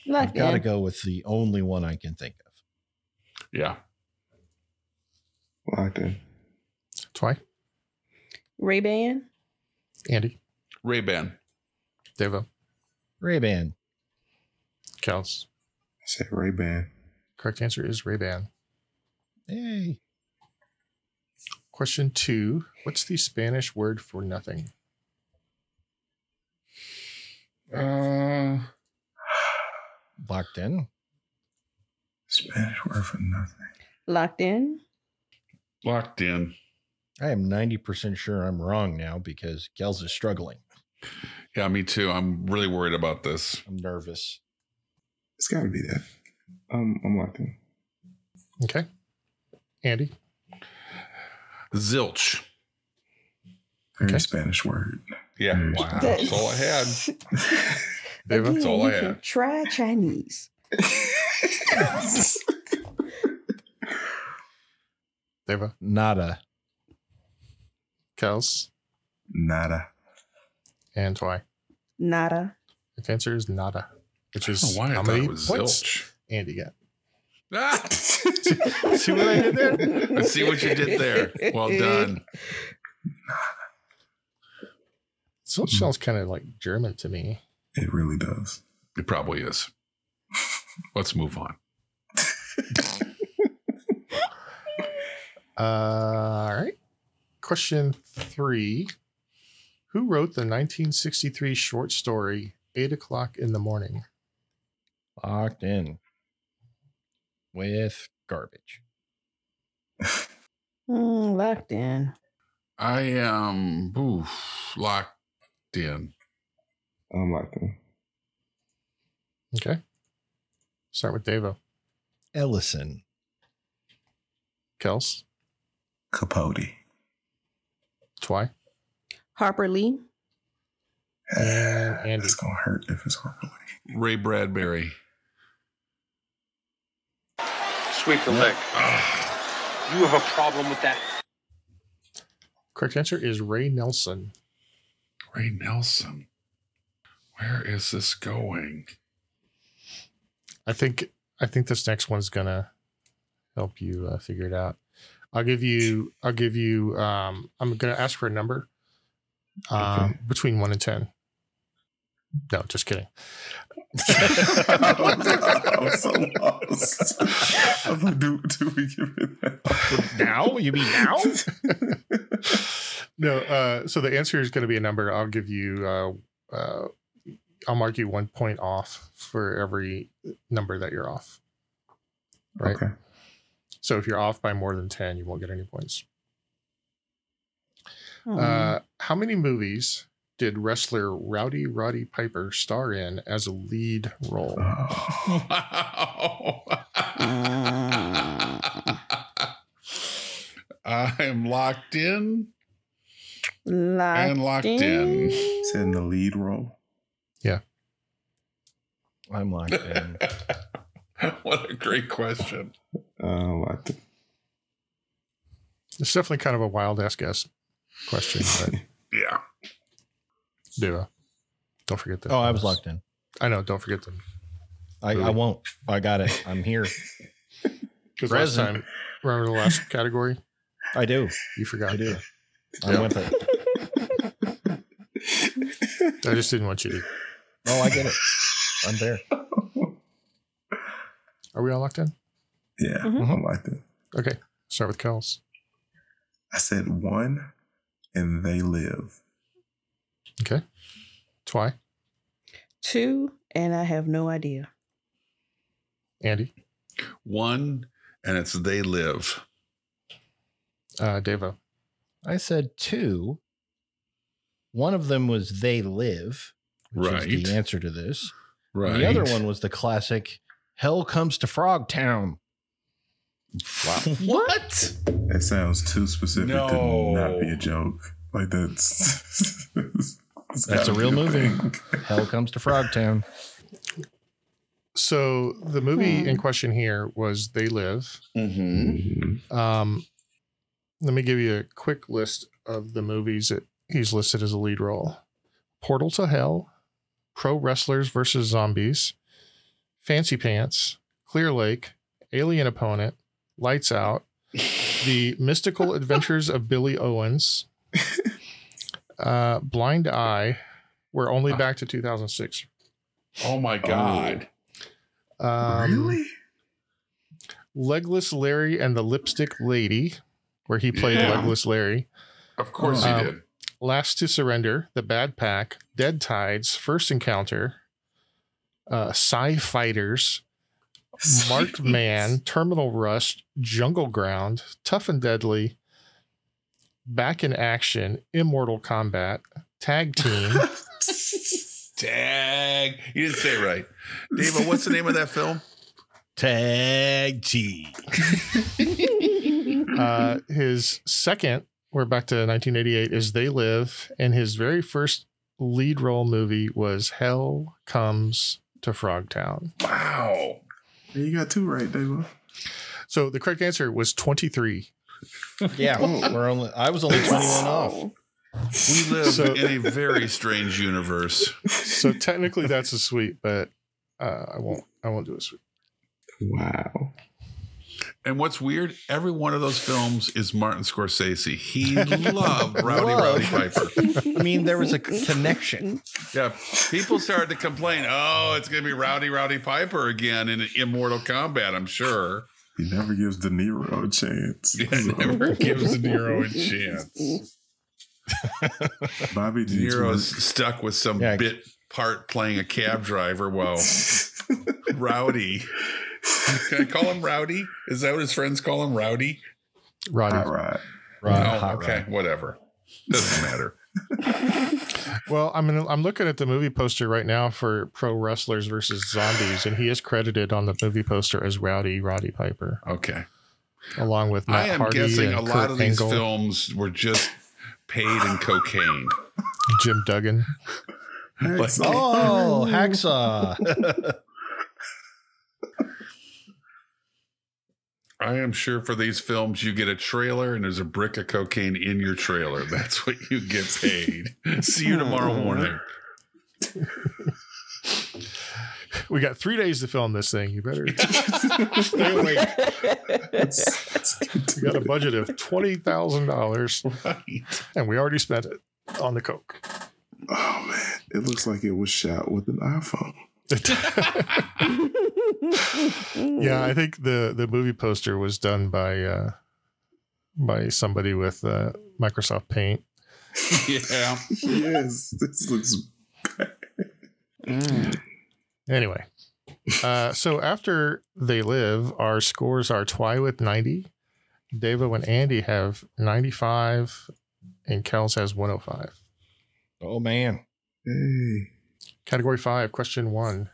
Speaker 1: I've
Speaker 3: Like
Speaker 1: got to
Speaker 3: that.
Speaker 1: go with the only one I can think of.
Speaker 4: Yeah.
Speaker 2: Locked in.
Speaker 5: Twy,
Speaker 3: Ray Ban.
Speaker 5: Andy,
Speaker 4: Ray Ban.
Speaker 5: Devo,
Speaker 1: Ray Ban.
Speaker 5: Kels.
Speaker 2: I said Ray Ban.
Speaker 5: Correct answer is Ray Ban.
Speaker 1: Hey,
Speaker 5: Question two What's the Spanish word for nothing?
Speaker 4: Uh,
Speaker 1: Locked in.
Speaker 2: Spanish word for nothing.
Speaker 3: Locked in.
Speaker 4: Locked in.
Speaker 1: I am 90% sure I'm wrong now because Kels is struggling.
Speaker 4: Yeah, me too. I'm really worried about this.
Speaker 1: I'm nervous.
Speaker 2: It's got to be that. Um, I'm locked in.
Speaker 5: Okay. Andy.
Speaker 4: Zilch.
Speaker 2: Very
Speaker 5: Okay.
Speaker 2: Spanish word.
Speaker 4: Yeah.
Speaker 5: Hmm.
Speaker 2: Mm.
Speaker 4: Wow. That's all I had.
Speaker 5: Deva?
Speaker 4: That's all I
Speaker 3: you can
Speaker 4: had.
Speaker 3: Try Chinese.
Speaker 5: Deva.
Speaker 1: Nada.
Speaker 5: Kels.
Speaker 2: Nada.
Speaker 5: And Twy.
Speaker 3: Nada.
Speaker 5: The answer is nada, which
Speaker 4: I don't
Speaker 5: is
Speaker 4: know why I
Speaker 5: how
Speaker 4: thought
Speaker 5: many
Speaker 4: it was
Speaker 5: points
Speaker 4: zilch.
Speaker 5: Andy got.
Speaker 4: Ah,
Speaker 5: See what I did there?
Speaker 4: I see what you did there. Well done. Hmm.
Speaker 5: Zilch sounds kind of like German to me.
Speaker 2: It really does.
Speaker 4: It probably is. Let's move on.
Speaker 5: Uh, all right. Question three Who wrote the 1963 short story, Eight O'Clock in the Morning?
Speaker 1: Locked in. With garbage.
Speaker 3: Mm, locked in.
Speaker 4: I am oof, locked in.
Speaker 2: I'm locked in.
Speaker 5: Okay. Start with Devo.
Speaker 1: Ellison.
Speaker 5: Kels,
Speaker 2: Capote.
Speaker 5: Twy,
Speaker 3: Harper Lee.
Speaker 5: and Andy.
Speaker 2: It's gonna hurt if it's horrible.
Speaker 4: Ray Bradbury.
Speaker 9: Sweep the leg. You have a problem with that?
Speaker 5: Correct answer is Ray Nelson.
Speaker 4: Ray Nelson. Where is this going?
Speaker 5: I think I think this next one's gonna help you uh, figure it out. I'll give you I'll give you um I'm gonna ask for a number um between one and ten. No, just kidding.
Speaker 2: I'm so lost. I'm like, do, do we give it that?
Speaker 1: Now? You mean now?
Speaker 5: no, uh, so the answer is going to be a number. I'll give you, uh, uh, I'll mark you one point off for every number that you're off. Right.
Speaker 2: Okay.
Speaker 5: So if you're off by more than 10, you won't get any points.
Speaker 3: Mm.
Speaker 1: Mm-hmm.
Speaker 5: Uh, how many movies did wrestler Rowdy Roddy Piper star in as a lead role?
Speaker 1: Uh,
Speaker 2: Oh,
Speaker 4: Wow. I am locked in
Speaker 3: Mm, locked
Speaker 4: and locked in.
Speaker 2: it's in the lead role.
Speaker 1: I'm locked in.
Speaker 4: what a great question.
Speaker 2: Uh, locked in.
Speaker 5: It's definitely kind of a wild ass guess question, but
Speaker 4: Yeah.
Speaker 5: do uh, don't forget that.
Speaker 1: Oh, I was locked in.
Speaker 5: I know. Don't forget them.
Speaker 1: I, I won't. I got it. I'm here.
Speaker 5: Because last
Speaker 1: Present.
Speaker 5: time, remember the last category?
Speaker 1: I do.
Speaker 5: You forgot.
Speaker 1: I do.
Speaker 5: Yeah.
Speaker 1: I'm with it.
Speaker 5: I just didn't want you to.
Speaker 1: Oh, I get it. I'm there.
Speaker 5: Are we all locked in?
Speaker 2: Yeah,
Speaker 3: Mhm.
Speaker 2: I'm locked in.
Speaker 5: Okay. Start with Kels.
Speaker 2: I said one, and they live.
Speaker 5: Okay. Twy,
Speaker 3: Two, and I have no idea.
Speaker 5: Andy,
Speaker 4: One, and it's they live.
Speaker 5: uh, Devo,
Speaker 1: I said two. One of them was They Live, which is
Speaker 4: Right.
Speaker 1: the answer to this.
Speaker 4: Right.
Speaker 1: The other one was the classic Hell Comes to Frog Town.
Speaker 4: What?
Speaker 2: That sounds too specific
Speaker 4: No.
Speaker 2: to not be a joke. Like that's it's
Speaker 1: That's
Speaker 2: gotta
Speaker 1: a real
Speaker 2: be
Speaker 1: movie.
Speaker 2: thing.
Speaker 1: Hell Comes to Frog Town.
Speaker 5: So the movie
Speaker 3: Hmm.
Speaker 5: in question here was They Live.
Speaker 4: Mm-hmm.
Speaker 5: Um, let me give you a quick list of the movies that he's listed as a lead role: Portal to Hell, Pro Wrestlers versus Zombies, Fancy Pants, Clear Lake, Alien Opponent, Lights Out, The Mystical Adventures of Billy Owens, uh, Blind Eye. We're only back to 2006.
Speaker 4: Oh my God.
Speaker 5: Um,
Speaker 2: really?
Speaker 5: Legless Larry and the Lipstick Lady, where he played
Speaker 4: Yeah.
Speaker 5: Legless Larry.
Speaker 4: Oh. Of course he
Speaker 5: Um,
Speaker 4: did.
Speaker 5: Last to Surrender, The Bad Pack, Dead Tides, First Encounter, uh, Sci Fighters, Marked Man, Terminal Rust, Jungle Ground, Tough and Deadly, Back in Action, Immortal Combat, Tag Team.
Speaker 4: Tag. You didn't say it right. David, what's the name of that film?
Speaker 1: Tag team.
Speaker 5: uh, his second, we're back to 1988, is They Live, and his very first lead role movie was Hell Comes to Frogtown.
Speaker 4: Wow.
Speaker 2: You got two right, David.
Speaker 5: So the correct answer was 23.
Speaker 1: Yeah, we're only. I was only twenty one off.
Speaker 4: We live
Speaker 5: So-
Speaker 4: in a very strange universe.
Speaker 5: So technically that's a sweep, but uh, I won't. I won't do a sweep.
Speaker 2: Wow.
Speaker 4: And what's weird, every one of those films is Martin Scorsese. He loved Rowdy Rowdy Piper.
Speaker 1: I mean, there was a connection.
Speaker 4: Yeah. People started to complain, oh, it's going to be Rowdy Rowdy Piper again in Immortal Kombat, I'm sure.
Speaker 2: He never gives De Niro a chance.
Speaker 4: Yeah,
Speaker 2: So,
Speaker 4: never gives De Niro a chance.
Speaker 2: Bobby
Speaker 4: De
Speaker 2: needs
Speaker 4: Niro's
Speaker 2: work.
Speaker 4: stuck with some
Speaker 1: Yeah.
Speaker 4: bit part playing a cab driver while Rowdy. Can I call him Rowdy? Is that what his friends call him? Rowdy?
Speaker 5: Roddy.
Speaker 2: All right.
Speaker 5: Uh,
Speaker 1: Right.
Speaker 4: oh, okay. Whatever. Doesn't matter.
Speaker 5: Well, I mean, I'm looking at the movie poster right now for Pro Wrestlers versus Zombies, and he is credited on the movie poster as Rowdy Roddy Piper,
Speaker 4: Okay.
Speaker 5: along with Matt
Speaker 4: I am
Speaker 5: Hardy
Speaker 4: guessing
Speaker 5: and
Speaker 4: a lot
Speaker 5: Kurt
Speaker 4: of these
Speaker 5: Angle,
Speaker 4: films were just paid in cocaine.
Speaker 5: Jim Duggan.
Speaker 4: Like,
Speaker 1: Oh, hacksaw.
Speaker 4: I am sure for these films, you get a trailer and there's a brick of cocaine in your trailer. That's what you get paid. See you
Speaker 5: Hmm.
Speaker 4: tomorrow morning.
Speaker 5: We got three days to film this thing. You better. We got a budget of twenty thousand dollars,
Speaker 4: Right.
Speaker 5: and we already spent it on the coke.
Speaker 2: Oh man, it looks like it was shot with an iPhone.
Speaker 5: yeah, I think the the movie poster was done by uh, by somebody with uh, Microsoft Paint.
Speaker 4: Yeah.
Speaker 2: yes, this looks.
Speaker 5: Anyway, uh, so after they live, our scores are Twy with 90, Devo and Andy have 95, and Kels has 105.
Speaker 1: oh man.
Speaker 2: Hey,
Speaker 5: Category five, question one.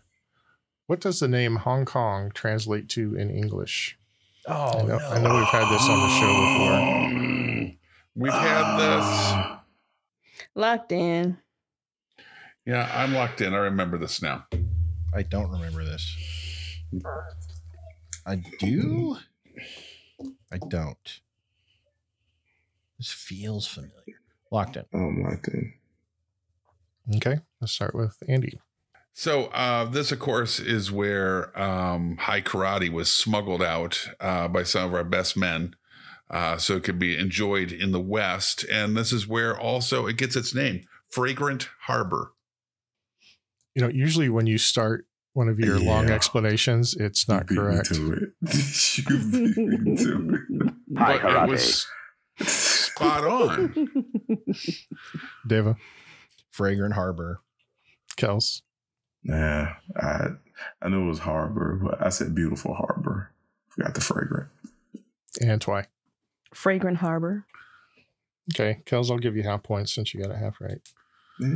Speaker 5: What does the name Hong Kong translate to in English?
Speaker 1: Oh
Speaker 5: I know, I know we've had this on the show before.
Speaker 4: We've had
Speaker 5: Ah.
Speaker 4: this.
Speaker 2: Ah.
Speaker 3: Locked in.
Speaker 4: Yeah, I'm locked in. I remember this now.
Speaker 1: I don't remember this. I do. I don't. This feels familiar. Locked in.
Speaker 2: Oh my god.
Speaker 5: Okay, let's start with Andy.
Speaker 4: So uh, this, of course, is where um, high karate was smuggled out uh, by some of our best men, uh, so it could be enjoyed in the West. And this is where also it gets its name, Fragrant Harbor.
Speaker 5: You know, usually when you start one of your long
Speaker 2: Yeah.
Speaker 5: explanations, it's not
Speaker 2: you beat
Speaker 5: correct.
Speaker 2: Me to it. you beat me to it.
Speaker 4: But it was spot on.
Speaker 5: Deva,
Speaker 1: Fragrant Harbor.
Speaker 5: Kels,
Speaker 2: Nah, I I knew it was harbor, but I said beautiful harbor. Forgot the fragrant.
Speaker 5: and Twy.
Speaker 3: Fragrant Harbor.
Speaker 5: Okay, Kels, I'll give you half points since you got it half right.
Speaker 2: Hey,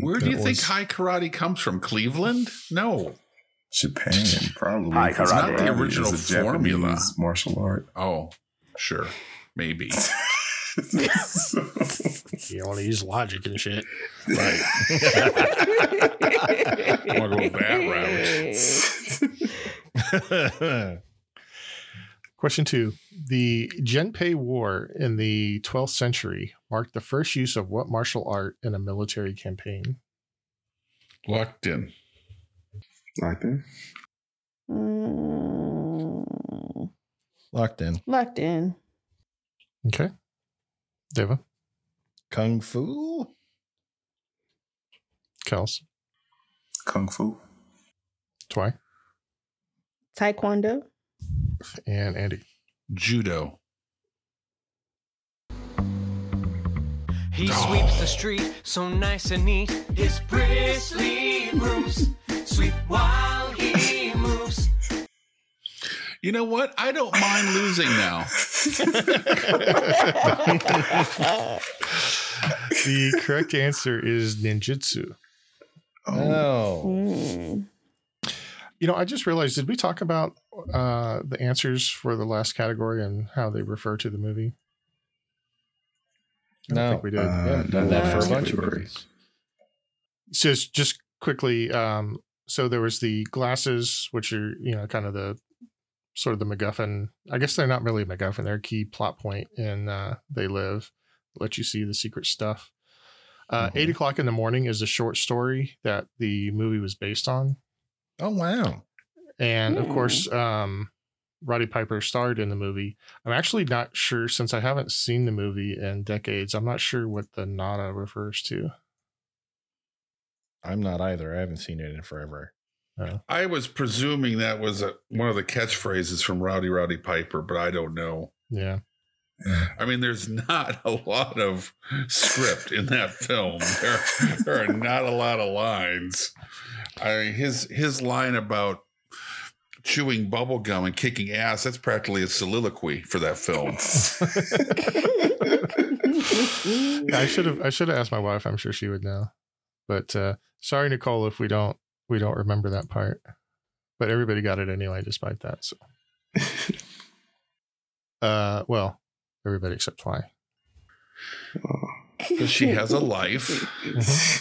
Speaker 4: Where do
Speaker 5: That
Speaker 4: you think
Speaker 5: was-
Speaker 4: high karate comes from? Cleveland? No.
Speaker 2: Japan probably.
Speaker 8: Hi,
Speaker 2: because
Speaker 8: karate.
Speaker 2: karate
Speaker 8: Not
Speaker 4: the original
Speaker 2: is a
Speaker 4: formula.
Speaker 2: Japanese martial art.
Speaker 4: Oh, sure, maybe.
Speaker 2: So-
Speaker 5: You want to use logic and shit.
Speaker 4: right.
Speaker 3: I'll
Speaker 4: go that
Speaker 5: Question two. The Genpei War in the 12th century marked the first use of what martial art in a military campaign?
Speaker 4: Locked in.
Speaker 2: like that.
Speaker 3: route.
Speaker 1: Locked in.
Speaker 3: Mm. Locked in.
Speaker 5: Okay. Deva,
Speaker 1: Kung Fu.
Speaker 5: Kels,
Speaker 2: Kung Fu.
Speaker 5: Twy,
Speaker 3: Taekwondo.
Speaker 5: and Andy.
Speaker 4: Judo.
Speaker 10: He sweeps the street so nice and neat. His bristly brooms sweep while he moves.
Speaker 4: You know what? I don't mind losing now.
Speaker 5: the correct answer is ninjutsu.
Speaker 1: Oh.
Speaker 3: Hmm.
Speaker 5: You know, I just realized, did we talk about uh, the answers for the last category and how they refer to the movie? I don't
Speaker 1: No.
Speaker 5: think we did.
Speaker 2: Uh,
Speaker 1: We haven't done that for a bunch of
Speaker 2: Category.
Speaker 1: movies.
Speaker 5: so it's just quickly um so there was the glasses which are you know kind of the sort of the macguffin i guess they're not really a macguffin they're a key plot point in uh they live let you see the secret stuff uh
Speaker 1: Mhm.
Speaker 5: eight o'clock in the morning is the short story that the movie was based on
Speaker 1: Oh wow.
Speaker 5: and of
Speaker 3: Hmm.
Speaker 5: course um roddy piper starred in the movie i'm actually not sure since i haven't seen the movie in decades i'm not sure what the nada refers to
Speaker 1: I'm not either. I haven't seen it in forever.
Speaker 4: I was presuming that was a, one of the catchphrases from Rowdy Rowdy Piper, but I don't know.
Speaker 5: yeah
Speaker 4: I mean, there's not a lot of script in that film. There, there are not a lot of lines. I mean, his his line about chewing bubble gum and kicking ass that's practically a soliloquy for that film.
Speaker 5: I should have I should have asked my wife. I'm sure she would know. But uh, sorry, Nicole, if we don't we don't remember that part. But everybody got it anyway, despite that. So, uh, well, everybody except Fly.
Speaker 4: Because she has a life,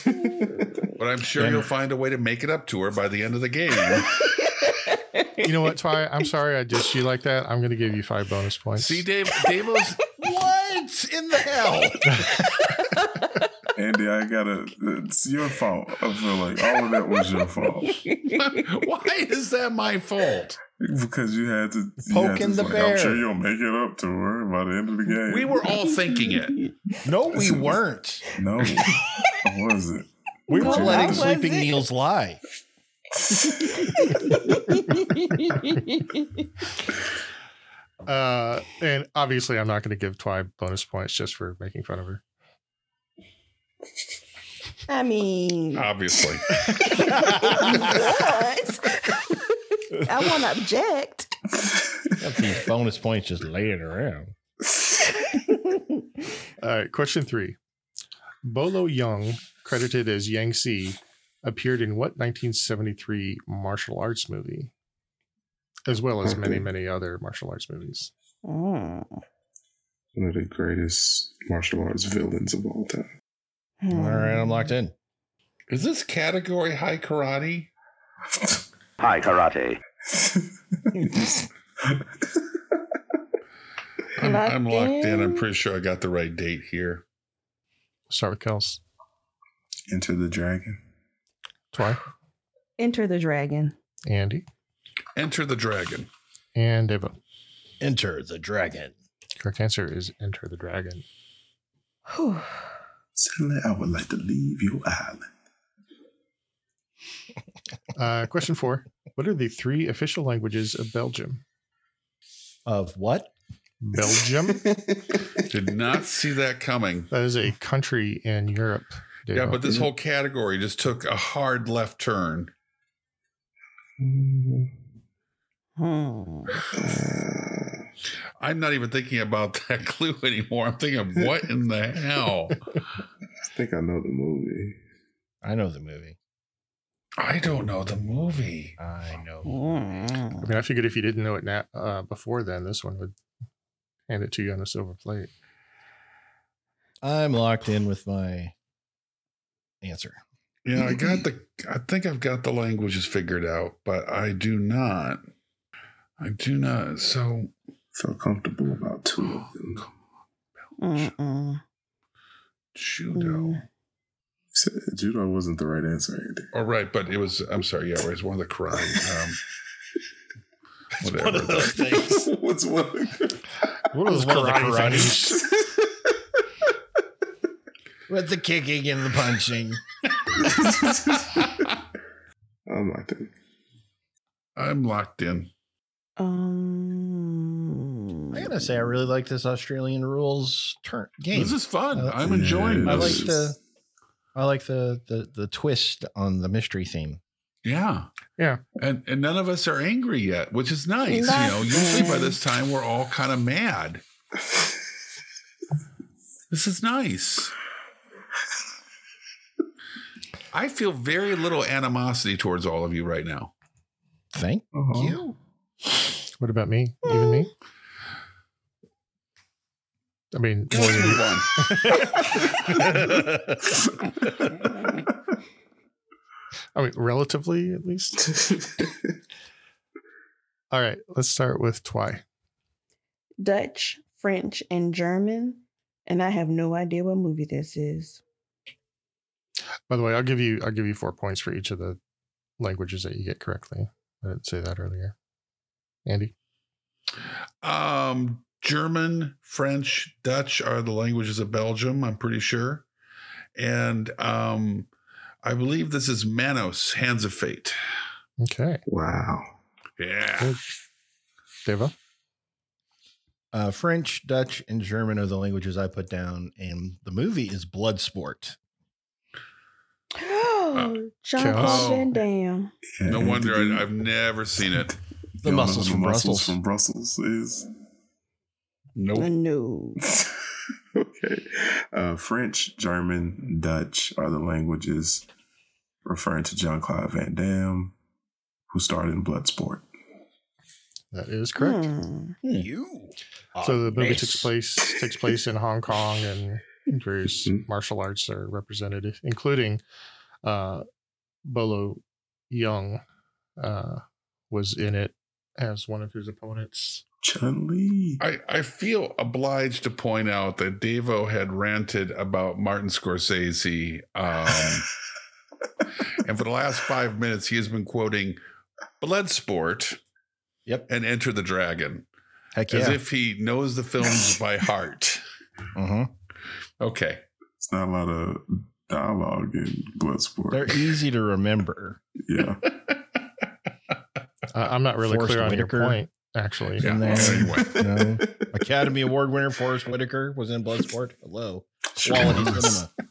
Speaker 4: but I'm sure
Speaker 1: Yeah.
Speaker 4: you'll find a way to make it up to her by the end of the game.
Speaker 5: You know what, Twy? I'm sorry I dissed you like that. I'm going to give you five bonus points.
Speaker 4: See, Dave, Davo's
Speaker 1: What in the hell?
Speaker 2: Andy, I gotta. It's your fault. I feel like all of that was your fault
Speaker 4: Why is that my fault?
Speaker 2: because you had to you had
Speaker 1: Poking
Speaker 2: to,
Speaker 1: the
Speaker 2: like,
Speaker 1: bear.
Speaker 2: I'm sure you'll make it up to her by the end of the game.
Speaker 4: We were all thinking it.
Speaker 1: no, we weren't.
Speaker 2: no. what was it?
Speaker 1: We
Speaker 3: No,
Speaker 1: were letting
Speaker 3: was
Speaker 1: sleeping
Speaker 3: it?
Speaker 1: Niels lie.
Speaker 3: Mm.
Speaker 5: Uh, and obviously, I'm not going to give Twy bonus points just for making fun of her.
Speaker 3: I mean,
Speaker 4: Obviously.
Speaker 3: what? I won't object.
Speaker 1: Got these bonus points just laying around.
Speaker 5: All right, question three. Bolo Young, credited as Yang Si, appeared in what 1973 martial arts movie? As well as many, many other martial arts movies.
Speaker 3: Mm.
Speaker 2: One of the greatest martial arts villains of all time.
Speaker 3: Hmm.
Speaker 1: All right, I'm locked in.
Speaker 4: Is this category high karate?
Speaker 10: Hi, karate.
Speaker 4: I'm,
Speaker 3: Locked
Speaker 4: I'm locked in. I'm
Speaker 3: in.
Speaker 4: pretty sure I got the right date here.
Speaker 5: Start with Kels.
Speaker 2: Into the Dragon.
Speaker 5: Twy,
Speaker 3: Enter the dragon.
Speaker 5: Andy,
Speaker 4: Enter the Dragon.
Speaker 5: and Devo.
Speaker 1: Enter the dragon.
Speaker 5: Correct answer is Enter the Dragon.
Speaker 3: Whew.
Speaker 2: Suddenly, I would like to leave your island.
Speaker 5: Uh, question four. What are the three official languages of Belgium?
Speaker 1: Of what?
Speaker 5: Belgium?
Speaker 4: Did not see that coming.
Speaker 5: that is a country in Europe.
Speaker 4: Yeah,
Speaker 5: Devo.
Speaker 4: but this whole category just took a hard left turn.
Speaker 2: Mm,
Speaker 3: Hmm.
Speaker 4: I'm not even thinking about that clue anymore. I'm thinking, what in the hell?
Speaker 2: I think I know the movie.
Speaker 1: I know the movie.
Speaker 4: I don't know the movie.
Speaker 1: I know.
Speaker 3: Hmm.
Speaker 5: I mean, I figured if you didn't know it now, uh, before then, this one would hand it to you on a silver plate.
Speaker 1: I'm locked in with my answer.
Speaker 4: Yeah, I got the. I think I've got the languages figured out, but I do not. I do not. So
Speaker 2: Felt comfortable about two of them.
Speaker 3: Mm-mm.
Speaker 4: judo.
Speaker 2: So, Judo wasn't the right answer, Andy.
Speaker 4: Oh, right, but it was. I'm sorry. Yeah, it was one of the karate. Um, whatever.
Speaker 1: One of those things.
Speaker 2: What's one? of the-
Speaker 5: What
Speaker 1: was one of the karates. With the kicking and the punching.
Speaker 2: I'm like that.
Speaker 4: I'm locked in.
Speaker 3: Um,
Speaker 1: I gotta say, I really like this Australian rules turn game.
Speaker 4: This is fun.
Speaker 1: Uh,
Speaker 4: I'm enjoying
Speaker 2: yeah,
Speaker 1: I
Speaker 4: this.
Speaker 1: like the I like the the the twist on the mystery theme.
Speaker 4: Yeah.
Speaker 5: Yeah.
Speaker 4: And and none of us are angry yet, which is nice. You know, usually by this time we're all kind of mad. this is nice. I feel very little animosity towards all of you right now.
Speaker 1: Thank
Speaker 2: Uh-huh.
Speaker 1: you.
Speaker 5: What about me? Even me? I mean, more than you. I mean, relatively at least. All right, let's start with Twy.
Speaker 3: Dutch, French, and German, and I have no idea what movie this is.
Speaker 5: By the way, I'll give you I'll give you four points for each of the languages that you get correctly. I didn't say that earlier. Andy,
Speaker 4: Um, German, French, Dutch are the languages of Belgium, I'm pretty sure. And um, I believe this is Manos, Hands of Fate.
Speaker 5: okay,
Speaker 2: Wow.
Speaker 4: Yeah.
Speaker 5: Deva,
Speaker 1: Uh, French, Dutch, and German are the languages I put down, and the movie is Bloodsport.
Speaker 3: Oh, John
Speaker 5: Charles.
Speaker 3: Claude Van Damme.
Speaker 2: Yeah,
Speaker 4: No wonder
Speaker 2: did you-
Speaker 4: I, I've never seen it.
Speaker 1: The
Speaker 2: y'all know
Speaker 1: muscles
Speaker 2: who
Speaker 1: from
Speaker 2: muscles
Speaker 1: Brussels.
Speaker 2: from Brussels is
Speaker 4: Nope.
Speaker 3: No.
Speaker 2: okay. Uh, French, German, Dutch are the languages referring to John Claude Van Damme, who starred in Bloodsport.
Speaker 5: that is correct.
Speaker 3: Hmm.
Speaker 1: You.
Speaker 5: So the movie
Speaker 1: Nice. Mm-hmm.
Speaker 5: takes place takes place in Hong Kong, and various martial arts are represented, including uh, Bolo Young uh, was in it as one of his opponents.
Speaker 2: Chun Li.
Speaker 4: I, I feel obliged to point out that Devo had ranted about Martin Scorsese. Um, and for the last five minutes, he has been quoting Bloodsport
Speaker 1: Yep.
Speaker 4: and Enter the Dragon
Speaker 1: Heck
Speaker 4: as
Speaker 1: yeah.
Speaker 4: if he knows the films by heart.
Speaker 1: Mhm.
Speaker 4: Okay.
Speaker 2: It's not a lot of dialogue in Bloodsport.
Speaker 1: They're easy to remember.
Speaker 2: yeah.
Speaker 5: Uh, I'm not really
Speaker 1: Forrest
Speaker 5: clear on
Speaker 1: Whitaker.
Speaker 5: your point, actually.
Speaker 1: Yeah.
Speaker 4: well, anyway.
Speaker 1: You know? Academy Award winner Forrest Whitaker was in Bloodsport. Hello.
Speaker 2: Sure
Speaker 1: Quality
Speaker 2: was.
Speaker 1: cinema.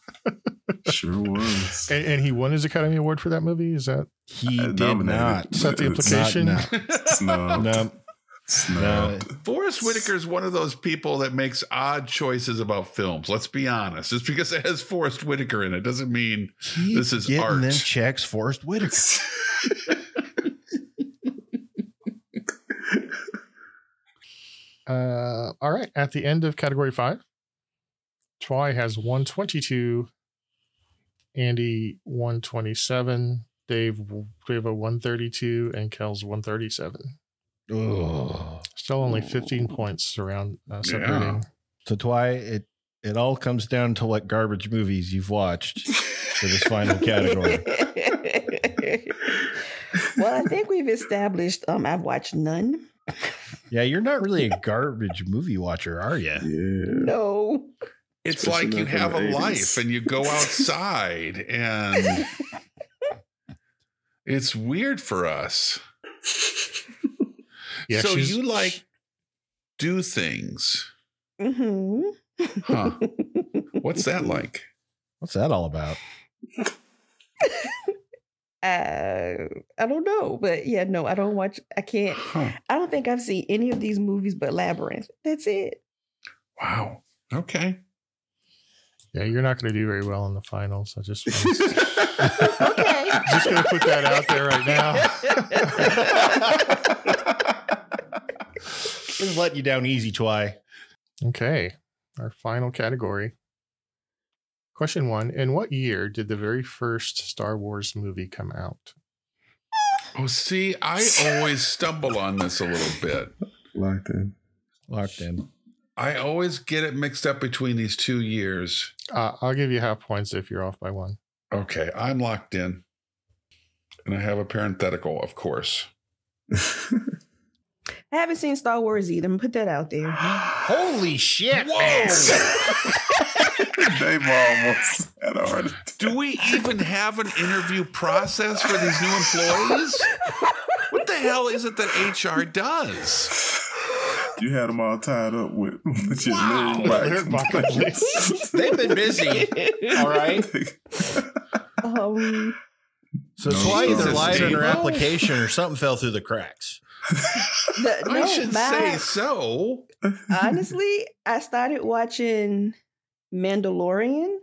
Speaker 2: Sure was.
Speaker 5: And, and he won his Academy Award for that movie. Is that
Speaker 1: He
Speaker 2: Uh,
Speaker 1: did
Speaker 2: nominated.
Speaker 1: not.
Speaker 5: is that the
Speaker 2: It's
Speaker 1: Not
Speaker 5: implication?
Speaker 1: now.
Speaker 2: Snubbed.
Speaker 1: No.
Speaker 2: Snubbed.
Speaker 4: Forrest Whitaker is one of those people that makes odd choices about films. Let's be honest. Just because it has Forrest Whitaker in it doesn't mean
Speaker 1: Keep
Speaker 4: This is
Speaker 1: getting
Speaker 4: art.
Speaker 1: them checks, Forrest Whitaker.
Speaker 5: Uh, all right. At the end of category five, Twy has 122, Andy 127, Dave Dave a 132, and Kel's 137.
Speaker 1: Ugh.
Speaker 5: Still only 15 points around uh, separating.
Speaker 1: So Twy, it it all comes down to what garbage movies you've watched for this final category.
Speaker 3: well, I think we've established um, I've watched none.
Speaker 1: Yeah, you're not really a garbage movie watcher, are you?
Speaker 2: Yeah.
Speaker 3: No.
Speaker 4: It's
Speaker 2: Especially
Speaker 4: like you
Speaker 2: back in
Speaker 4: have a
Speaker 2: the 80s.
Speaker 4: life and you go outside and it's weird for us.
Speaker 5: Yeah,
Speaker 4: so
Speaker 5: she's-
Speaker 4: you like do things.
Speaker 3: hmm
Speaker 4: Huh. What's that like?
Speaker 1: What's that all about?
Speaker 3: Uh, I don't know, but yeah, no, I don't watch. I can't.
Speaker 4: Huh.
Speaker 3: I don't think I've seen any of these movies but Labyrinth. That's it.
Speaker 4: Wow. Okay.
Speaker 5: Yeah, you're not going to do very well in the finals. I just want to
Speaker 2: okay.
Speaker 5: just gonna put that out there right now.
Speaker 1: Just let you down easy, Twy.
Speaker 5: Okay. Our final category. Question one In what year did the very first Star Wars movie come out?
Speaker 4: Oh, see, I always stumble on this a little bit.
Speaker 2: Locked in.
Speaker 1: Locked in.
Speaker 4: I always get it mixed up between these two years.
Speaker 5: Uh, I'll give you half points if you're off by one.
Speaker 4: Okay, I'm locked in. And I have a parenthetical, of course.
Speaker 3: I haven't seen Star Wars either. I'm gonna put that out there.
Speaker 1: Holy shit! man.
Speaker 2: Dave almost had a heart attack.
Speaker 4: Do we even have an interview process for these new employees? What the hell is it that HR does?
Speaker 2: You had them all tied up with, with your
Speaker 4: Wow.
Speaker 2: lyric box.
Speaker 5: Lyric box.
Speaker 1: They've been busy. All right.
Speaker 3: Um,
Speaker 1: So
Speaker 2: No
Speaker 1: Twy either
Speaker 2: stars.
Speaker 1: lied on her
Speaker 4: Dave-o?
Speaker 1: application or something fell through the cracks.
Speaker 3: The-
Speaker 4: I
Speaker 3: no,
Speaker 4: should
Speaker 3: my-
Speaker 4: say so.
Speaker 3: honestly, I started watching Mandalorian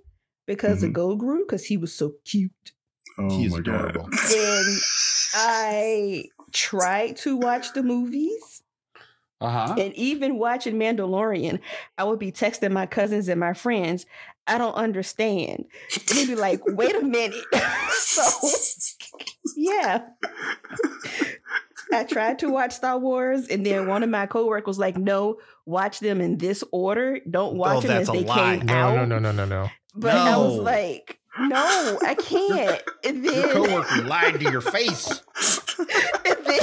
Speaker 3: because
Speaker 2: Mhm.
Speaker 4: Mm-hmm.
Speaker 3: of Goguru because he was so cute,
Speaker 2: Oh
Speaker 1: He's
Speaker 2: my
Speaker 1: adorable.
Speaker 2: god.
Speaker 3: and I tried to watch the movies.
Speaker 4: Uh huh.
Speaker 3: And even watching Mandalorian, I would be texting my cousins and my friends, I don't understand. And they'd be like, wait a minute. so, yeah. I tried to watch Star Wars, and then one of my coworkers was like, no, watch them in this order. Don't watch
Speaker 1: Oh,
Speaker 3: them
Speaker 1: that's
Speaker 3: as
Speaker 1: a
Speaker 3: they
Speaker 1: lie.
Speaker 3: came
Speaker 5: No,
Speaker 3: out.
Speaker 5: no, no, no, no, no.
Speaker 3: But I was
Speaker 1: No.
Speaker 3: like, no, I can't. And
Speaker 1: Your
Speaker 3: then,
Speaker 1: coworker lied to your face.
Speaker 3: and then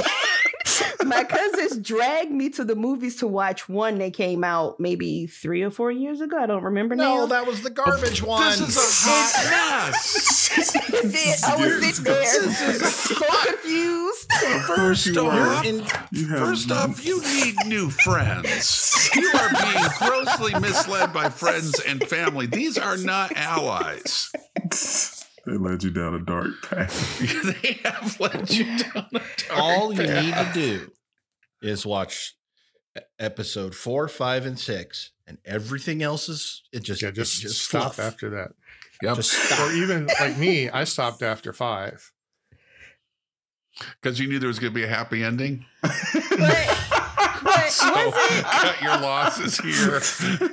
Speaker 3: my cousins dragged me to the movies to watch one that came out maybe three or four years ago. I don't remember
Speaker 1: No,
Speaker 3: now.
Speaker 1: that was the garbage one.
Speaker 4: This is a hot mess.
Speaker 3: And then I was sitting there so confused.
Speaker 2: Of course you
Speaker 4: Star.
Speaker 2: were.
Speaker 1: In-
Speaker 2: You have-
Speaker 4: First off, you need new friends. You are being grossly misled by friends and family. These are not allies.
Speaker 2: They led you down a dark path.
Speaker 4: they have let you down a dark
Speaker 1: all you
Speaker 4: path.
Speaker 1: need to do is watch e- episode four, five, and six, and everything else is it just
Speaker 5: Yeah,
Speaker 1: it's
Speaker 5: just, stop
Speaker 1: fluff.
Speaker 5: after that.
Speaker 4: Yep.
Speaker 1: Just
Speaker 5: Or
Speaker 1: stop.
Speaker 5: even like me, I stopped after five.
Speaker 4: Because you knew there was going to be a happy ending.
Speaker 3: But, but
Speaker 4: So
Speaker 3: was it?
Speaker 4: cut your losses here.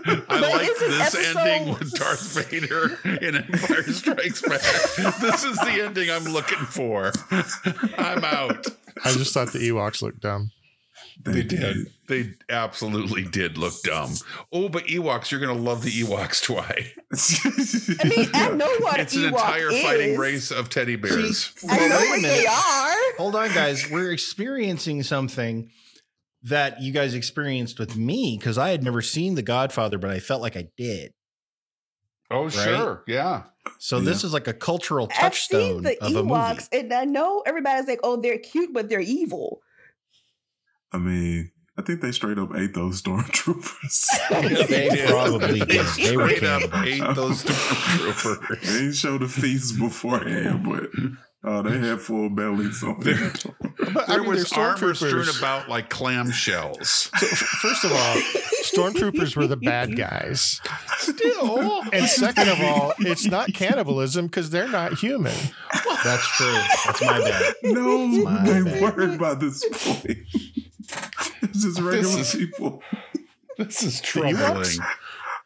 Speaker 4: I
Speaker 3: But
Speaker 4: like
Speaker 3: isn't
Speaker 4: this
Speaker 3: episode-
Speaker 4: ending with Darth Vader in Empire Strikes Back. this is the ending I'm looking for. I'm out.
Speaker 5: I just thought the Ewoks looked dumb.
Speaker 4: They did. They absolutely did look dumb. Oh, but Ewoks, you're going to love the Ewoks, Twy.
Speaker 3: I mean, I know what
Speaker 4: It's
Speaker 3: Ewok
Speaker 4: an entire
Speaker 3: is.
Speaker 4: fighting race of teddy bears.
Speaker 1: See,
Speaker 3: I know
Speaker 1: well, wait a
Speaker 3: what they
Speaker 1: minute.
Speaker 3: are.
Speaker 1: Hold on, guys. We're experiencing something that you guys experienced with me because I had never seen The Godfather, but I felt like I did.
Speaker 4: Oh,
Speaker 1: sure.
Speaker 4: Yeah.
Speaker 1: So this is like a cultural
Speaker 3: I've
Speaker 1: touchstone
Speaker 3: seen the
Speaker 1: of a movie.
Speaker 3: Ewoks, and I know everybody's like, "Oh, they're cute, but they're evil."
Speaker 2: I mean, I think they straight up ate those stormtroopers.
Speaker 1: They probably did. They were
Speaker 4: Straight up
Speaker 1: cannibals.
Speaker 4: ate those stormtroopers.
Speaker 2: They didn't show the feast beforehand, but oh, they had full bellies on them.
Speaker 5: But
Speaker 4: There
Speaker 5: I mean,
Speaker 4: was
Speaker 5: they're
Speaker 4: armor strewn
Speaker 5: stormtroopers.
Speaker 4: about like clamshells.
Speaker 5: So, f- first of all, stormtroopers were the bad guys.
Speaker 4: Still,
Speaker 5: And second of all, it's not cannibalism because they're not human.
Speaker 1: That's true. That's my bad.
Speaker 2: No,
Speaker 1: My
Speaker 2: they
Speaker 1: bad.
Speaker 2: weren't by this point. it's just regular
Speaker 4: is-
Speaker 2: people.
Speaker 4: this is
Speaker 5: Ewoks?
Speaker 4: troubling.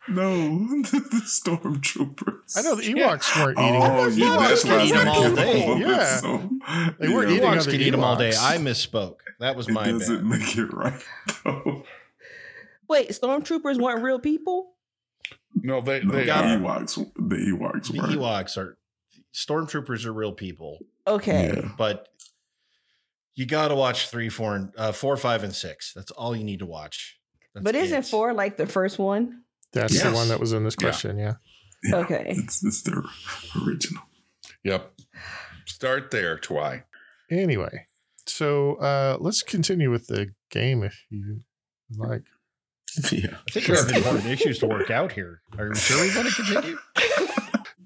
Speaker 2: No, the stormtroopers.
Speaker 5: I know the Ewoks weren't eating.
Speaker 2: Oh,
Speaker 5: them.
Speaker 2: yeah, that's why I
Speaker 1: Eat them all
Speaker 2: got
Speaker 1: day.
Speaker 2: confused.
Speaker 5: Yeah.
Speaker 2: So,
Speaker 5: They weren't
Speaker 2: yeah,
Speaker 5: eating
Speaker 1: Ewoks
Speaker 5: other
Speaker 1: can eat them all day.
Speaker 5: Ewoks.
Speaker 1: I misspoke. That was
Speaker 2: It
Speaker 1: my
Speaker 2: doesn't
Speaker 1: bad.
Speaker 2: make it right, though.
Speaker 3: Wait, stormtroopers weren't real people?
Speaker 4: No, they,
Speaker 2: No,
Speaker 4: they
Speaker 2: the
Speaker 1: got
Speaker 4: are.
Speaker 2: Ewoks. The Ewoks
Speaker 1: The
Speaker 2: were.
Speaker 1: Ewoks are stormtroopers are real people,
Speaker 3: Okay,
Speaker 2: Yeah.
Speaker 1: but you got to watch three, four, and uh, four, five, and six. That's all you need to watch. That's
Speaker 3: but isn't
Speaker 1: it.
Speaker 3: four like the first one?
Speaker 5: That's the
Speaker 4: Yes.
Speaker 5: one that was in this
Speaker 4: Yeah.
Speaker 5: question. Yeah.
Speaker 2: Yeah.
Speaker 3: Okay.
Speaker 2: It's, it's their original.
Speaker 4: Yep. Start there, Twy.
Speaker 5: Anyway, so uh, let's continue with the game if you like.
Speaker 2: Yeah.
Speaker 1: I think we have important issues to work out here. Are you sure we want to continue?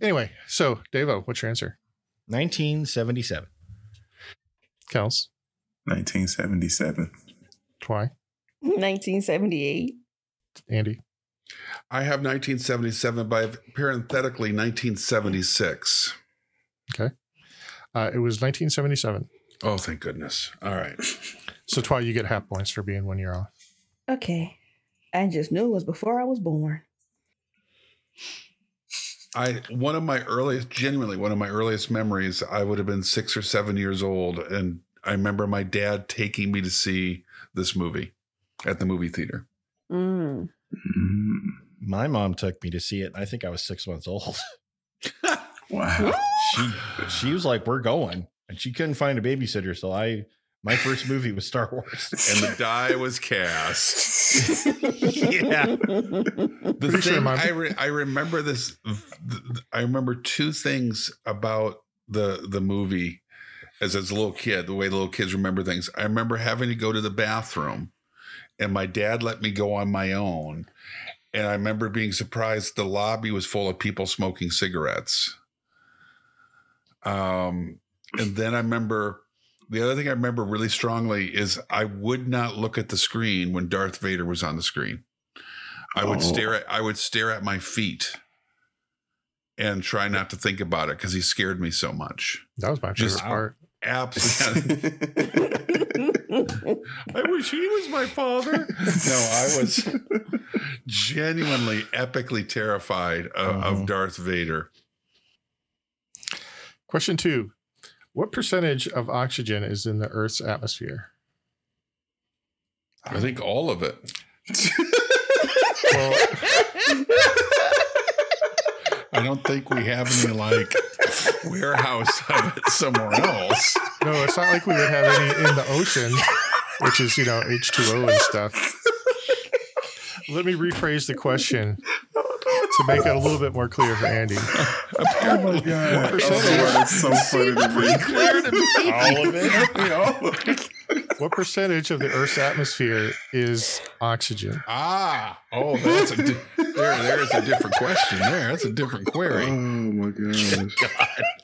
Speaker 5: Anyway, so Devo, what's your answer?
Speaker 1: 1977.
Speaker 5: Kels,
Speaker 2: 1977.
Speaker 5: Twy,
Speaker 3: 1978.
Speaker 5: Andy,
Speaker 4: I have 1977 by parenthetically 1976.
Speaker 5: Uh, it was 1977.
Speaker 4: Oh, thank goodness. All right.
Speaker 5: So Twy, you get half points for being one year off.
Speaker 3: Okay. I just knew it was before I was born.
Speaker 4: I one of my earliest, genuinely one of my earliest memories. I would have been six or seven years old, and I remember my dad taking me to see this movie at the movie theater.
Speaker 3: Mm.
Speaker 2: Mm,
Speaker 1: My mom took me to see it. and I think I was six months old.
Speaker 2: wow.
Speaker 1: She she was like, "We're going," and she couldn't find a babysitter, so I my first movie was Star Wars.
Speaker 4: And the die was cast.
Speaker 1: yeah.
Speaker 4: The
Speaker 5: Pretty sure
Speaker 4: thing,
Speaker 5: mine-
Speaker 4: I re- I remember this. I remember two things about the the movie as as a little kid. The way the little kids remember things. I remember having to go to the bathroom, and my dad let me go on my own. And I remember being surprised. The lobby was full of people smoking cigarettes. Um, And then I remember the other thing I remember really strongly is I would not look at the screen when Darth Vader was on the screen. I would
Speaker 2: Oh.
Speaker 4: stare at I would stare at my feet and try not to think about it because he scared me so much.
Speaker 5: That was my favorite
Speaker 4: Just-
Speaker 5: part.
Speaker 4: Absolutely. I wish he was my father. No, I was genuinely epically terrified of, of Darth Vader.
Speaker 5: Question two What percentage of oxygen is in the Earth's atmosphere?
Speaker 4: I think all of it.
Speaker 5: Well,
Speaker 4: I don't think we have any like warehouse of it somewhere else.
Speaker 5: no, it's not like we would have any in the ocean, which is, you know, H2O and stuff. Let me rephrase the question to make it a little bit more clear for Andy.
Speaker 2: Oh my god! Oh,
Speaker 5: What percentage?
Speaker 2: it's so funny to me.
Speaker 4: Clear to me.
Speaker 1: All of it.
Speaker 2: All of it.
Speaker 5: What percentage of the Earth's atmosphere is oxygen?
Speaker 4: Ah, oh, that's a di- there. There's a different question. There, that's a different
Speaker 2: Oh
Speaker 4: query.
Speaker 2: my gosh!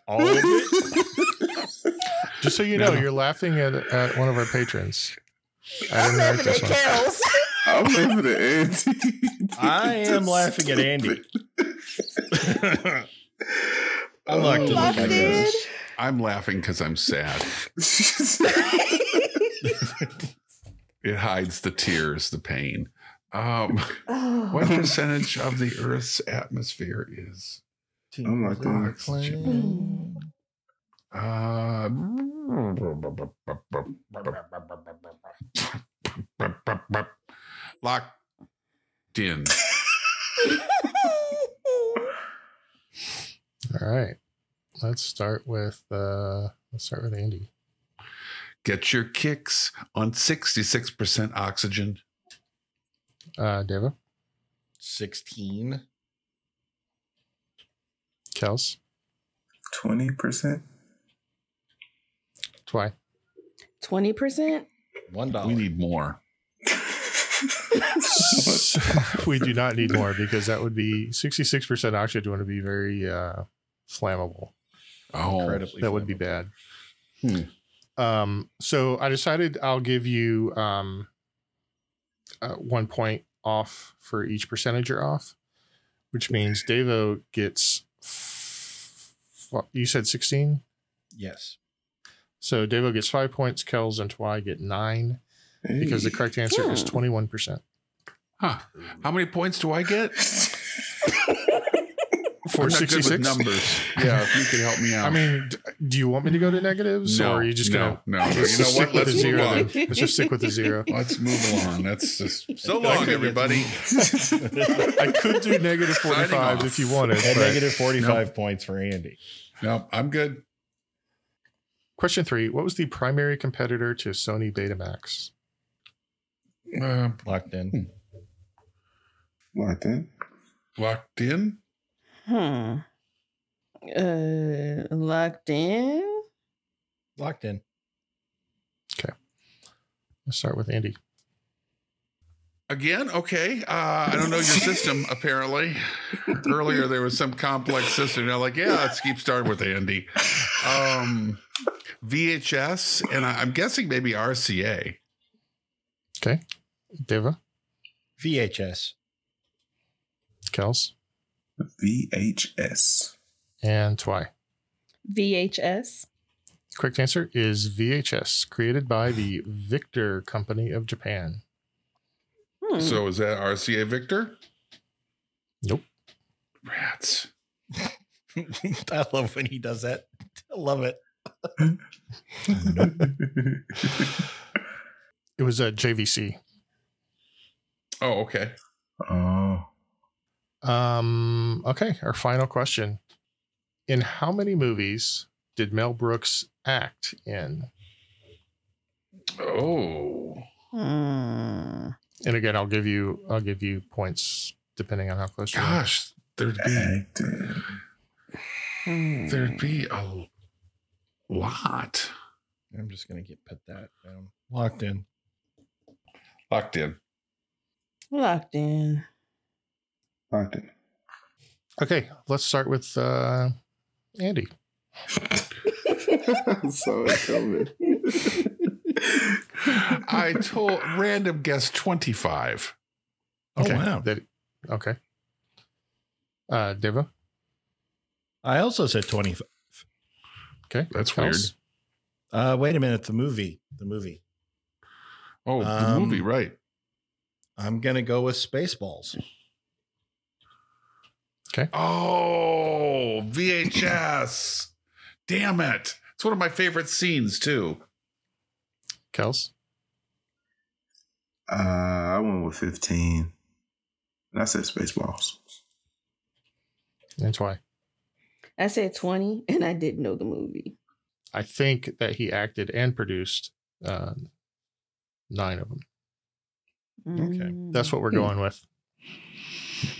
Speaker 1: All of it.
Speaker 5: Just so you know, you're laughing at, at one of our patrons. I
Speaker 3: I'm
Speaker 5: didn't
Speaker 3: laughing
Speaker 5: write
Speaker 3: at
Speaker 5: this one.
Speaker 3: Kells.
Speaker 2: I'm laughing at Andy.
Speaker 1: I am laughing at Andy. I'm not
Speaker 2: Oh
Speaker 1: kidding.
Speaker 2: my
Speaker 3: Locked in.
Speaker 2: gosh.
Speaker 4: I'm laughing because I'm sad. It hides the tears, the pain. Um,
Speaker 3: Oh.
Speaker 4: what percentage of the Earth's atmosphere is?
Speaker 2: Oh my gosh!
Speaker 3: Mm.
Speaker 4: Uh, locked in.
Speaker 5: All right. Let's start with uh let's start with Andy.
Speaker 4: Get your kicks on 66% oxygen.
Speaker 5: Uh Deva,
Speaker 1: Sixteen.
Speaker 5: Kels,
Speaker 2: Twenty percent.
Speaker 5: Twy.
Speaker 3: 20%?
Speaker 1: One
Speaker 4: We
Speaker 1: dollar.
Speaker 4: need more.
Speaker 5: we do not need more because that would be 66% oxygen would be very uh flammable.
Speaker 4: Oh,
Speaker 1: Incredibly.
Speaker 5: that would be
Speaker 1: flammable.
Speaker 5: bad.
Speaker 4: Hmm.
Speaker 5: Um, so I decided I'll give you um, uh, one point off for each percentage you're off, which means Davo gets. f- f- You said 16?
Speaker 1: Yes.
Speaker 5: So Davo gets five points, Kells and Twy get nine because the correct answer is
Speaker 3: Hmm.
Speaker 5: 21%.
Speaker 4: huh. How many points do I get?
Speaker 5: For
Speaker 4: I'm not good with
Speaker 5: 66?
Speaker 4: numbers. Yeah, if you could help me out.
Speaker 5: I mean, d- do you want me to go to negatives
Speaker 4: no,
Speaker 5: or are you just going to.
Speaker 4: no, no. You
Speaker 5: Let's
Speaker 4: know
Speaker 5: just
Speaker 4: what?
Speaker 5: stick with
Speaker 4: Let's
Speaker 5: the
Speaker 4: move
Speaker 5: zero.
Speaker 4: on.
Speaker 5: then. Let's just stick with the zero.
Speaker 4: Let's move along. That's just so
Speaker 1: That
Speaker 4: long,
Speaker 1: could get
Speaker 4: everybody.
Speaker 5: I could do negative
Speaker 4: Signing
Speaker 5: 45
Speaker 4: off.
Speaker 5: if you wanted.
Speaker 1: At
Speaker 5: but-
Speaker 1: negative forty-five points for Andy.
Speaker 4: No, I'm good.
Speaker 5: Question three: What was the primary competitor to Sony Betamax?
Speaker 4: Uh,
Speaker 1: Locked in.
Speaker 2: Locked in.
Speaker 4: locked in.
Speaker 3: Hmm. Uh, locked in?
Speaker 1: Locked in.
Speaker 5: Let's start with Andy.
Speaker 4: Again, okay. Uh, I don't know your system. Apparently, earlier there was some complex system. You're like, yeah, let's keep starting with Andy. Um, VHS, and I, I'm guessing maybe RCA.
Speaker 5: Okay, Deva,
Speaker 1: VHS.
Speaker 5: Kels,
Speaker 2: VHS.
Speaker 5: and Twy.
Speaker 3: VHS?
Speaker 5: Correct answer is VHS, created by the Victor Company of Japan.
Speaker 3: Hmm.
Speaker 4: So is that RCA Victor?
Speaker 5: Nope.
Speaker 4: Rats.
Speaker 1: I love when he does that. I love it.
Speaker 5: It was a JVC.
Speaker 4: Oh, okay.
Speaker 2: oh.
Speaker 5: Um, okay, our final question: In how many movies did Mel Brooks act in?
Speaker 4: Oh,
Speaker 3: Hmm.
Speaker 5: And again, I'll give you I'll give you points depending on how close you are.
Speaker 4: gosh. There'd be
Speaker 2: Acting.
Speaker 3: Hmm.
Speaker 4: there'd be a lot.
Speaker 1: I'm just gonna get put that down. Locked in.
Speaker 4: Locked in.
Speaker 3: Locked in.
Speaker 2: Locked in.
Speaker 5: Okay, let's start with uh, Andy.
Speaker 2: so it's coming.
Speaker 4: I told random guess 25.
Speaker 5: Okay.
Speaker 1: Oh, wow.
Speaker 5: That, okay. Uh, Devo.
Speaker 1: I also said 25.
Speaker 5: Okay.
Speaker 4: That's
Speaker 5: Kels?
Speaker 1: Uh, wait a minute. The movie. The movie.
Speaker 4: Oh, the
Speaker 1: Um,
Speaker 4: movie, right.
Speaker 1: I'm going to go with Spaceballs.
Speaker 4: Oh, VHS. Damn it. It's one of my favorite scenes, too.
Speaker 5: Kels.
Speaker 2: Uh, I went with 15. And I said Spaceballs.
Speaker 5: That's why
Speaker 3: I said 20 and I didn't know the movie.
Speaker 5: I think that he acted and produced uh, nine of them.
Speaker 3: Mm.
Speaker 5: That's what we're going with.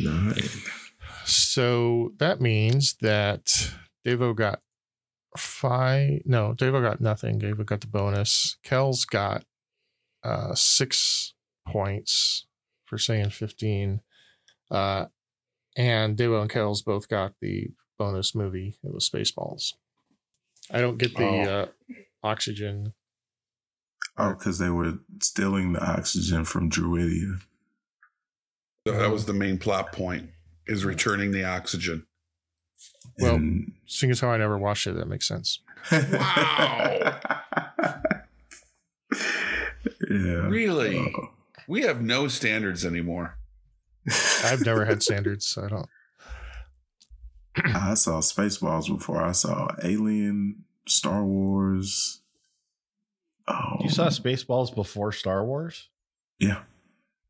Speaker 2: Nine.
Speaker 5: So that means that Devo got five. No, Devo got nothing. Devo got the bonus. Kel's got uh, six points for saying 15. Uh, and Devo and Kel's both got the bonus movie. It was Spaceballs. I don't get the
Speaker 4: Oh.
Speaker 5: uh, oxygen.
Speaker 2: Oh, because they were stealing the oxygen from Druidia.
Speaker 4: That that was the main plot point is returning the oxygen.
Speaker 5: Well-
Speaker 2: And-
Speaker 5: Seeing as how I never watched it, that makes sense.
Speaker 4: Wow.
Speaker 2: yeah. Uh, Uh-huh.
Speaker 4: Really? We have no standards anymore.
Speaker 5: I've never had standards, so I don't.
Speaker 2: I saw Spaceballs before. I saw Alien, Star Wars. Oh,
Speaker 1: You saw Spaceballs before Star Wars?
Speaker 2: yeah.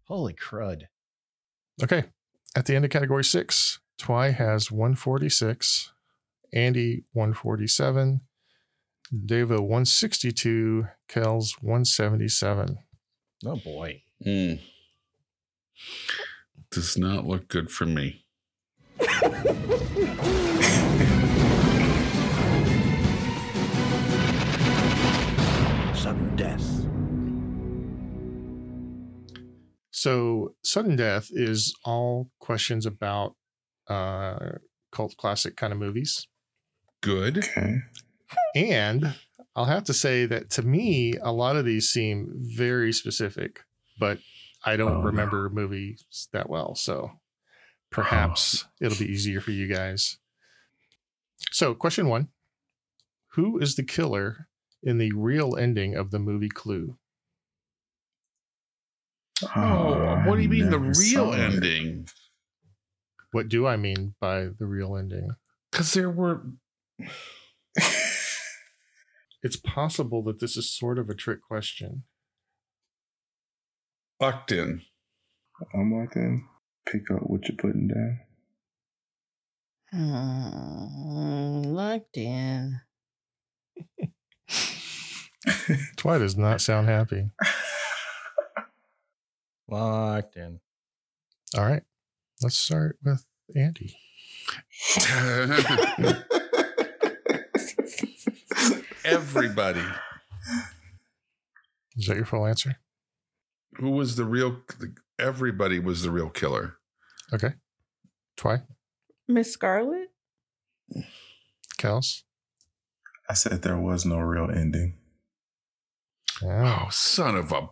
Speaker 1: Holy crud.
Speaker 5: Okay. At the end of category six, Twy has 146, Andy 147, Deva 162, Kells 177.
Speaker 1: Oh, boy.
Speaker 4: Does not look good for me.
Speaker 10: Sudden death.
Speaker 5: So sudden death is all questions about uh, cult classic kind of movies.
Speaker 4: Good.
Speaker 2: Okay.
Speaker 5: And I'll have to say that to me, a lot of these seem very specific, but I
Speaker 2: Oh,
Speaker 5: don't
Speaker 2: no.
Speaker 5: remember movies that well. So
Speaker 2: Uh,
Speaker 5: perhaps it'll be easier for you guys. So, question one Who is the killer in the real ending of the movie Clue?
Speaker 4: Oh, what do you mean the
Speaker 2: I never
Speaker 4: real
Speaker 2: saw it.
Speaker 4: ending?
Speaker 5: What do I mean by the real ending?
Speaker 4: Because there were
Speaker 5: It's possible that this is sort of a trick question.
Speaker 4: locked in.
Speaker 2: I'm like, then pick up what you're putting down.
Speaker 3: Hmm, locked in.
Speaker 5: Twy does not sound happy.
Speaker 1: Locked in.
Speaker 5: All right, let's start with Andy.
Speaker 4: Everybody.
Speaker 5: Is that your full answer?
Speaker 4: Who was the real? Everybody was the real killer.
Speaker 5: Okay. Twy,
Speaker 3: Miss Scarlet?
Speaker 5: Kels.
Speaker 2: I said there was no real ending.
Speaker 5: Yeah.
Speaker 4: Oh, son of a.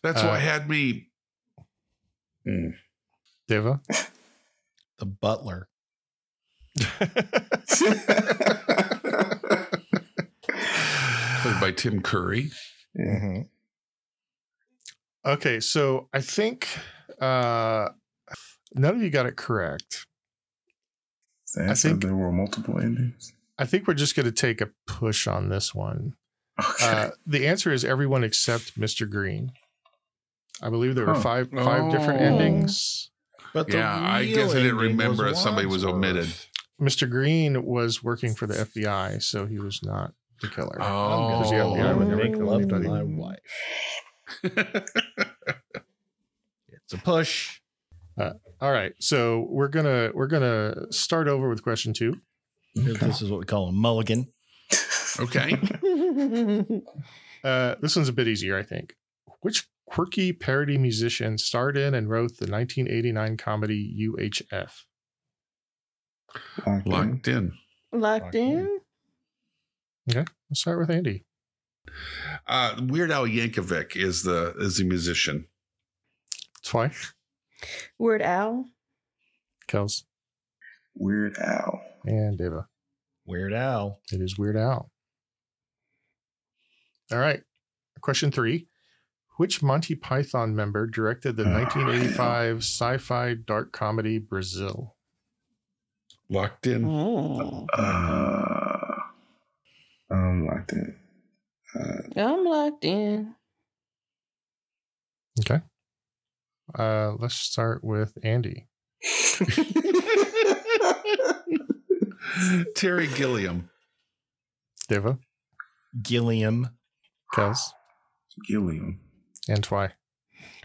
Speaker 4: That's
Speaker 5: Uh,
Speaker 4: what had me.
Speaker 5: Deva.
Speaker 1: The Butler.
Speaker 4: Played by Tim Curry.
Speaker 2: Yeah.
Speaker 5: Okay, so I think uh none of you got it correct.
Speaker 2: The answer,
Speaker 5: think-
Speaker 2: there were multiple endings.
Speaker 5: I think we're just going to take a push on this one.
Speaker 2: Okay.
Speaker 5: Uh, the answer is everyone except Mr. Green. I believe there were
Speaker 2: Huh.
Speaker 5: five five different
Speaker 4: Oh.
Speaker 5: endings.
Speaker 1: But the
Speaker 4: Yeah, I
Speaker 1: real
Speaker 4: guess I didn't
Speaker 1: ending
Speaker 4: remember if somebody was
Speaker 1: Wadsworth.
Speaker 4: omitted.
Speaker 5: Mr. Green was working for the FBI, so he was not the killer.
Speaker 1: I'm
Speaker 5: Because the
Speaker 4: Oh,
Speaker 5: FBI would never
Speaker 1: make
Speaker 5: kill
Speaker 1: love to
Speaker 5: anybody.
Speaker 1: my wife. It's a push.
Speaker 5: All right, so we're gonna we're gonna start over with question two.
Speaker 1: This is what we call a mulligan.
Speaker 4: okay.
Speaker 5: Uh, this one's a bit easier, I think. Which quirky parody musician starred in and wrote the 1989 comedy UHF?
Speaker 2: Locked in.
Speaker 4: Locked in.
Speaker 3: Locked in?
Speaker 5: Okay, let's start with Andy.
Speaker 4: Uh, Weird Al Yankovic is the is the musician.
Speaker 5: Twice.
Speaker 3: Weird Al.
Speaker 5: Kels
Speaker 2: Weird Al.
Speaker 5: and Deva.
Speaker 1: Weird Al.
Speaker 5: It is Weird Al. All right. Question three. Which Monty Python member directed the
Speaker 2: Oh,
Speaker 5: 1985 sci fi dark comedy Brazil?
Speaker 4: Locked in.
Speaker 3: Mm.
Speaker 2: Uh, um, I think. Uh,
Speaker 3: I'm locked in.
Speaker 5: Uh, let's start with Andy.
Speaker 4: Terry Gilliam.
Speaker 5: Deva,
Speaker 1: Gilliam.
Speaker 5: Kels,
Speaker 2: Gilliam.
Speaker 5: and Twy.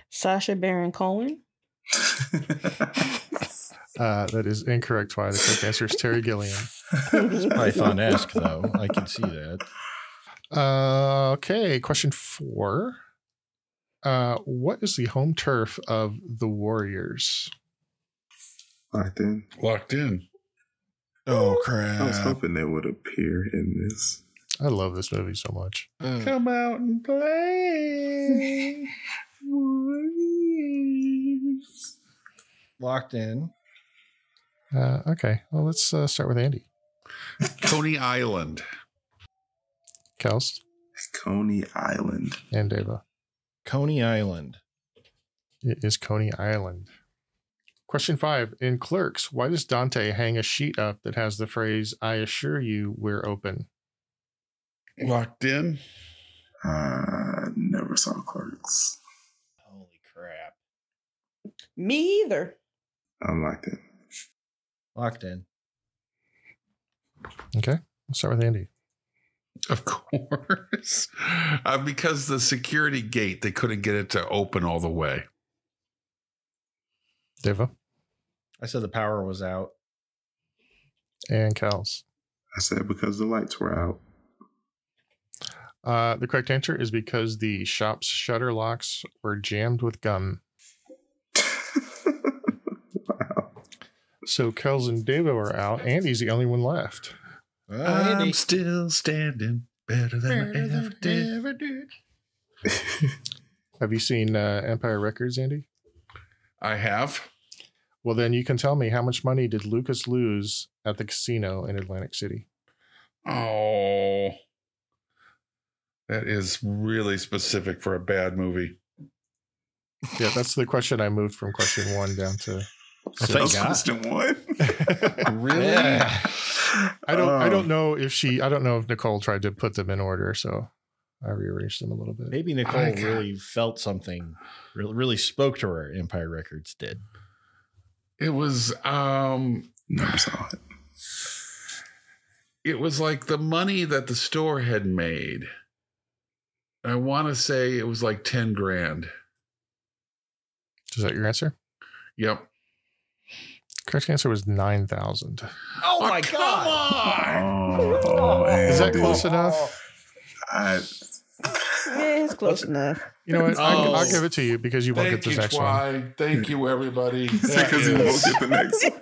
Speaker 3: Sasha Baron Cohen.
Speaker 5: Uh, that is incorrect, Twy. The correct answer is Terry Gilliam.
Speaker 1: Python esque, though. I can see that.
Speaker 5: Uh, okay. Question four. Uh, what is the home turf of the Warriors?
Speaker 2: I think.
Speaker 4: Locked in.
Speaker 1: Oh,
Speaker 2: I
Speaker 1: crap.
Speaker 2: was hoping that would appear in this.
Speaker 5: I love this movie so much.
Speaker 1: Uh,
Speaker 4: Come out and play.
Speaker 1: locked in.
Speaker 5: Uh, okay. Well, let's uh, start with Andy.
Speaker 4: Coney Island.
Speaker 5: Kels
Speaker 2: Coney Island.
Speaker 5: and Deva.
Speaker 1: Coney Island.
Speaker 5: It is Coney Island. Question five. In Clerks, why does Dante hang a sheet up that has the phrase, I assure you we're open?
Speaker 4: Locked in.
Speaker 2: Uh, never saw Clerks.
Speaker 1: Holy crap.
Speaker 3: Me either.
Speaker 2: I'm like that.
Speaker 1: Locked in.
Speaker 5: Okay. Let's start with Andy.
Speaker 4: Of course. Uh, because the security gate, they couldn't get it to open all the way.
Speaker 5: Deva
Speaker 1: I said the power was out.
Speaker 5: and Kels.
Speaker 2: I said because the lights were out.
Speaker 5: Uh, the correct answer is because the shop's shutter locks were jammed with gum.
Speaker 2: wow.
Speaker 5: So Kels and Deva are out. Andy's the only one left.
Speaker 1: Oh,
Speaker 4: I'm still standing better than I ever did.
Speaker 5: Have you seen uh, Empire Records, Andy?
Speaker 4: I have.
Speaker 5: Well, then you can tell me how much money did Lucas lose at the casino in Atlantic City?
Speaker 4: Oh. That is really specific for a bad movie.
Speaker 5: Yeah, that's the question I moved from question one down to.
Speaker 1: thank
Speaker 2: That was
Speaker 1: God.
Speaker 2: question one.
Speaker 4: Really?
Speaker 1: Yeah.
Speaker 5: I don't. I don't
Speaker 2: Um,
Speaker 5: know if she. I don't know if Nicole tried to put them in order, so I rearranged them a little bit.
Speaker 1: Maybe Nicole
Speaker 4: I got-
Speaker 1: really felt something, really, really spoke to her. Empire Records did.
Speaker 4: It was um
Speaker 2: Never saw it.
Speaker 4: it was like the money that the store had made. I want to say it was like 10 grand.
Speaker 5: Is that your answer?
Speaker 4: Yep.
Speaker 5: Correct answer was nine thousand.
Speaker 1: Oh,
Speaker 4: come on. Oh,
Speaker 2: Oh,
Speaker 5: Is that
Speaker 2: Andy.
Speaker 5: close enough?
Speaker 2: I,
Speaker 3: Yeah, it's close enough.
Speaker 5: You know what? I'll, I'll
Speaker 4: Oh.
Speaker 5: give it to you because you won't
Speaker 4: Thank
Speaker 5: get this
Speaker 4: you,
Speaker 5: next one.
Speaker 4: Twy. Thank you, everybody. That
Speaker 2: because you won't
Speaker 4: is-
Speaker 2: get the next one.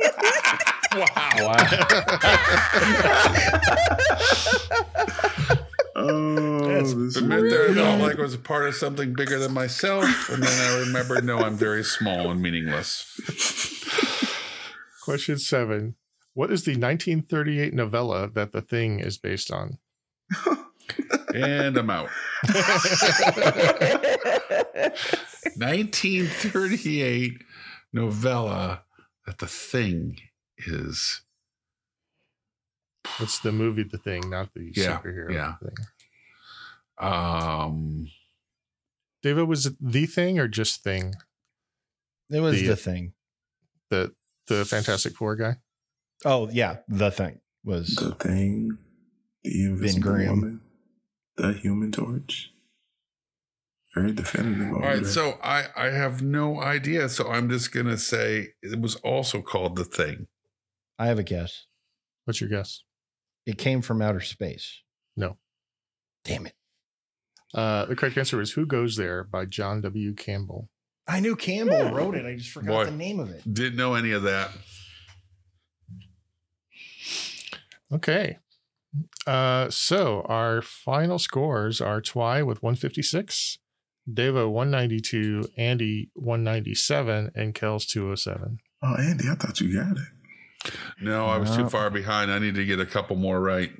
Speaker 4: wow.
Speaker 2: Oh,
Speaker 1: That's
Speaker 2: this
Speaker 4: The myth there felt like it was a part of something bigger than myself. And then I remembered, no, I'm very small and meaningless.
Speaker 5: Question seven. What is the 1938 novella that The Thing is based on?
Speaker 4: And I'm out. 1938 novella that the thing is.
Speaker 5: It's the movie The Thing, not the
Speaker 4: Yeah,
Speaker 5: superhero
Speaker 4: yeah.
Speaker 5: thing.
Speaker 4: Um,
Speaker 5: David, was it The Thing or just Thing?
Speaker 1: It was
Speaker 5: The- uh,
Speaker 1: the, thing.
Speaker 5: The the Fantastic Four guy?
Speaker 1: Oh, yeah. The thing was.
Speaker 2: The thing, the invisible
Speaker 1: Grimm.
Speaker 2: woman, the human torch. Very definitive.
Speaker 4: all right, so I I have no idea, so I'm just gonna say it was also called the thing.
Speaker 1: I have a guess.
Speaker 5: What's your guess?
Speaker 1: It came from outer space.
Speaker 5: No.
Speaker 1: Damn it.
Speaker 5: Uh, the correct answer is Who Goes There by John W. Campbell.
Speaker 1: I knew Campbell wrote it. I just forgot
Speaker 4: Boy.
Speaker 1: the name of it.
Speaker 4: Didn't know any of that.
Speaker 5: Okay. Uh, so our final scores are Twy with 156, Devo 192, Andy 197, and Kells 207.
Speaker 2: Oh, Andy, I thought you got it.
Speaker 4: No, I was too far behind. I need to get a couple more right.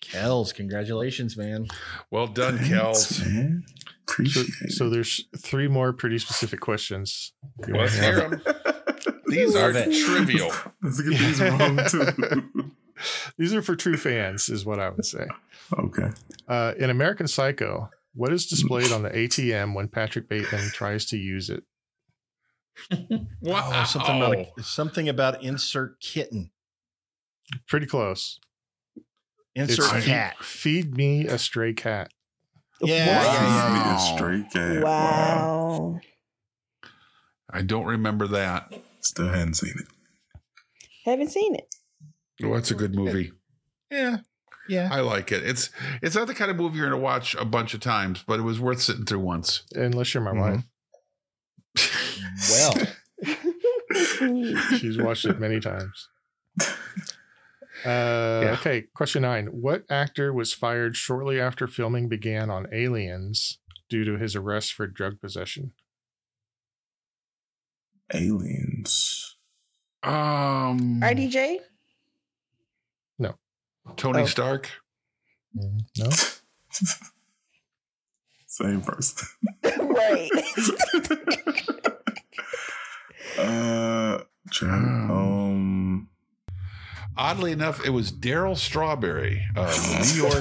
Speaker 1: Kells, congratulations, man.
Speaker 4: Well done,
Speaker 2: Thanks,
Speaker 4: Kels.
Speaker 2: man.
Speaker 5: So,
Speaker 2: Appreciate it.
Speaker 5: so there's three more pretty specific questions. You
Speaker 4: Let's
Speaker 5: wanna have
Speaker 4: hear 'em. These are
Speaker 1: Love it.
Speaker 4: trivial.
Speaker 2: Let's get these wrong too.
Speaker 5: These are for true fans, is what I would say.
Speaker 2: okay.
Speaker 5: Uh, in American Psycho, what is displayed on the ATM when Patrick Bateman tries to use it?
Speaker 4: Wow.
Speaker 1: Oh, something about a, something about insert kitten,
Speaker 5: Pretty close.
Speaker 1: insert
Speaker 5: It's-
Speaker 1: cat.
Speaker 5: Feed me a stray cat.
Speaker 1: Yeah,
Speaker 2: Wow.
Speaker 1: yeah,
Speaker 2: Be
Speaker 4: Wow.
Speaker 2: a straight cat.
Speaker 3: Wow.
Speaker 4: I don't remember that.
Speaker 2: Still hadn't seen it.
Speaker 3: Haven't seen it.
Speaker 4: Oh, that's a good movie.
Speaker 1: yeah, yeah.
Speaker 4: I like it. It's it's not the kind of movie you're going to watch a bunch of times, but it was worth sitting through once.
Speaker 5: Unless you're my
Speaker 4: Mhm.
Speaker 1: Well,
Speaker 5: wife, she's watched it many times. Uh,
Speaker 4: Yeah.
Speaker 5: Okay, question nine. What actor was fired shortly after filming began on Aliens due to his arrest for drug possession?
Speaker 2: Aliens.
Speaker 4: Um,
Speaker 3: RDJ?
Speaker 4: Tony
Speaker 3: Oh.
Speaker 4: Stark.
Speaker 5: No.
Speaker 2: Same person.
Speaker 3: Wait.
Speaker 2: uh, John, um,
Speaker 4: Oddly enough, it was Daryl Strawberry of New York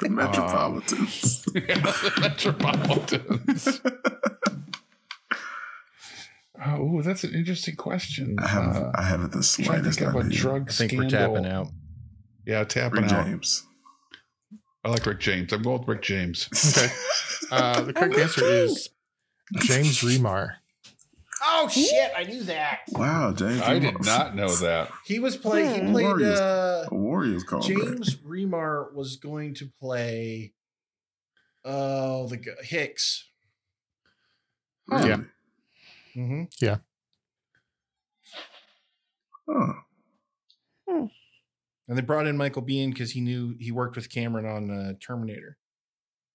Speaker 2: the Metropolitans.
Speaker 4: Metropolitans. Oh, that's an interesting question.
Speaker 2: I haven't.
Speaker 4: Uh,
Speaker 2: I haven't the
Speaker 4: trying to
Speaker 2: slightest
Speaker 4: think of a
Speaker 2: idea.
Speaker 4: drug
Speaker 1: I think
Speaker 4: scandal.
Speaker 1: we're tapping out.
Speaker 4: Yeah, tapping
Speaker 2: Rick
Speaker 4: out.
Speaker 2: James.
Speaker 4: I like Rick James. I'm going with Rick James.
Speaker 5: Okay. Uh, the correct answer is James Remar.
Speaker 1: Oh shit! I knew that.
Speaker 2: Wow, James.
Speaker 4: I
Speaker 2: you
Speaker 4: did
Speaker 2: are-
Speaker 4: not know that.
Speaker 1: He was playing. He
Speaker 3: Hmm.
Speaker 1: played.
Speaker 2: Warriors.
Speaker 1: Uh,
Speaker 2: A Warriors call
Speaker 1: James Remar was going to play. Oh, the g- Hicks.
Speaker 2: Back.
Speaker 5: Yeah.
Speaker 1: Mm-hmm.
Speaker 2: Huh.
Speaker 1: And they brought in Michael Biehn because he knew he worked with Cameron on uh, Terminator.